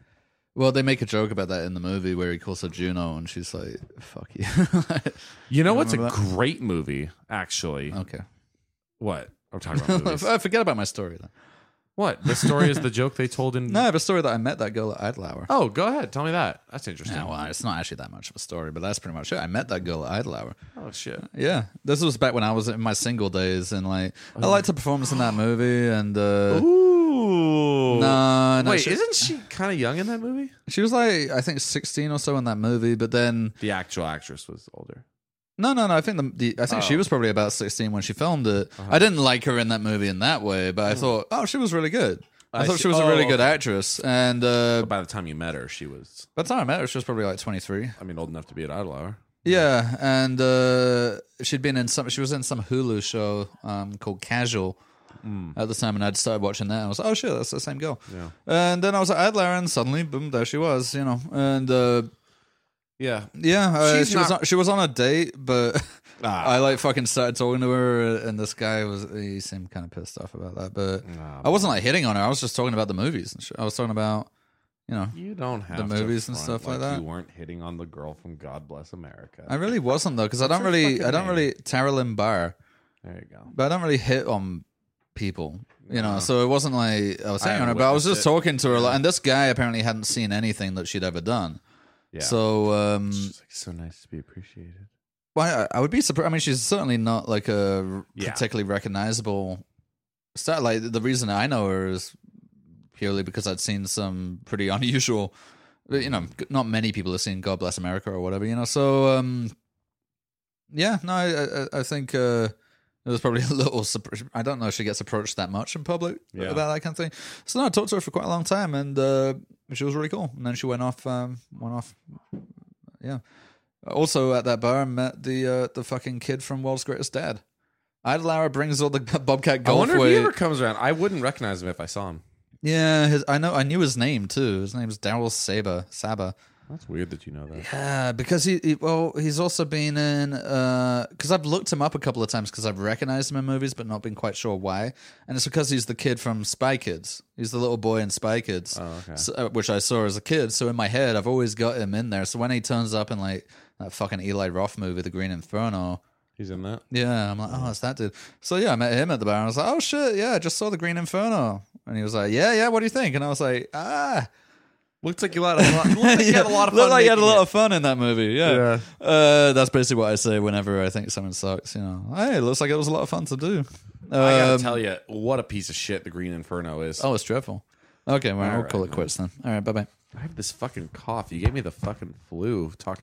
S1: Well, they make a joke about that in the movie where he calls her Juno and she's like, fuck you.
S2: You know what's a great movie? Actually,
S1: okay.
S2: what I'm talking about movies.
S1: I forget about my story then.
S2: what the story is the joke they told in.
S1: No, I have a story that I met that girl at Idlehour.
S2: Oh, go ahead. Tell me that. That's interesting.
S1: Yeah, well, it's not actually that much of a story, but that's pretty much it. I met that girl at Idlehour.
S2: Oh shit.
S1: Yeah. This was back when I was in my single days and like,
S2: Oh.
S1: I liked her performance in that movie and, uh,
S2: Ooh.
S1: no, no,
S2: Wait,
S1: she,
S2: isn't she kind of young in that movie?
S1: she was like, I think 16 or so in that movie, but then,
S2: The actual actress was older.
S1: No, no, no. I think the, the I
S2: Oh.
S1: think she was probably about sixteen when she filmed it.
S2: Uh-huh.
S1: I didn't like her in that movie in that way, but I thought, oh, she was really good. I,
S2: Hmm. I
S1: thought
S2: see.
S1: she was a really
S2: Oh,
S1: good
S2: okay.
S1: actress. And uh,
S2: But by the time you met her, she was.
S1: by the time I met her, she was probably like twenty three.
S2: I mean, old enough to be at Idlehour.
S1: Yeah, and uh, she'd been in some. She was in some Hulu show um, called Casual
S2: Hmm.
S1: at the time, and I'd started watching that. And I was like, "Oh shit, that's the same girl." Yeah. And then I was at Adler, and suddenly, boom, there she was. You know, and uh,
S2: Yeah.
S1: yeah, uh,
S2: She's
S1: she was
S2: not-
S1: on, she was on a date, but
S2: Ah.
S1: I like fucking started talking to her, uh, and this guy was he seemed kind of pissed off about that. But I wasn't like hitting on her. I was just talking about the movies. And shit. I was talking about you know
S2: You don't have
S1: The
S2: to
S1: movies and
S2: front
S1: stuff like that?
S2: You weren't hitting on the girl from God Bless America.
S1: I really wasn't though because I don't
S2: her
S1: really
S2: fucking
S1: I don't
S2: name?
S1: really Tara Lynn Barr,
S2: there you go.
S1: but I don't really hit on people. You know, so it wasn't like I was hitting on her, but I was just
S2: witnessed it.
S1: talking to her, like, and this guy apparently hadn't seen anything that she'd ever done.
S2: Yeah.
S1: So um,
S2: It's like so nice to be appreciated.
S1: Well, I, I would be surprised. I mean, she's certainly not like a r-
S2: Yeah.
S1: particularly recognizable star. Like the reason I know her is purely because I'd seen some pretty unusual you know, not many people have seen God Bless America or whatever, you know. So, um, yeah, no, I, I, I think uh, it was probably a little. surpri- I don't know if she gets approached that much in public
S2: Yeah.
S1: about that kind of thing. So no, I talked to her for quite a long time, and uh, she was really cool. And then she went off, um, went off. Yeah. Also at that bar, I met the uh, the fucking kid from World's Greatest Dad. I'd Lara brings all the Bobcat
S2: I
S1: golf
S2: wonder if
S1: way-
S2: he ever comes around. I wouldn't recognize him if I saw him.
S1: yeah, his, I know. I knew his name too. His name's Daryl Saber. Saba.
S2: That's weird that you know that.
S1: Yeah, because he, he well, he's also been in because I've looked him up a couple of times because I've recognized him in movies, but not been quite sure why. And it's because he's the kid from Spy Kids. He's the little boy in Spy Kids,
S2: Oh, okay.
S1: so- uh, which I saw as a kid. So in my head, I've always got him in there. So when he turns up in like that fucking Eli Roth movie, The Green Inferno.
S2: He's in that.
S1: Yeah, I'm like, oh, it's that dude. So yeah, I met him at the bar, and I was like, oh shit, yeah, I just saw the Green Inferno, and he was like, yeah, yeah, what do you think? And I was like, ah,
S2: Looks like you had a lot. Looks like you had a lot of fun.
S1: Looked like you had a
S2: making
S1: lot
S2: it.
S1: of fun in that movie. Yeah. Uh, that's basically what I say whenever I think something sucks. You know, hey, it looks like it was a lot of fun to do.
S2: I gotta
S1: Um,
S2: tell you, what a piece of shit the Green Inferno is.
S1: oh, it's dreadful. Okay, well, I'll
S2: right,
S1: call it quits then. All right, bye bye.
S2: I have this fucking cough. You gave me the fucking flu. Talking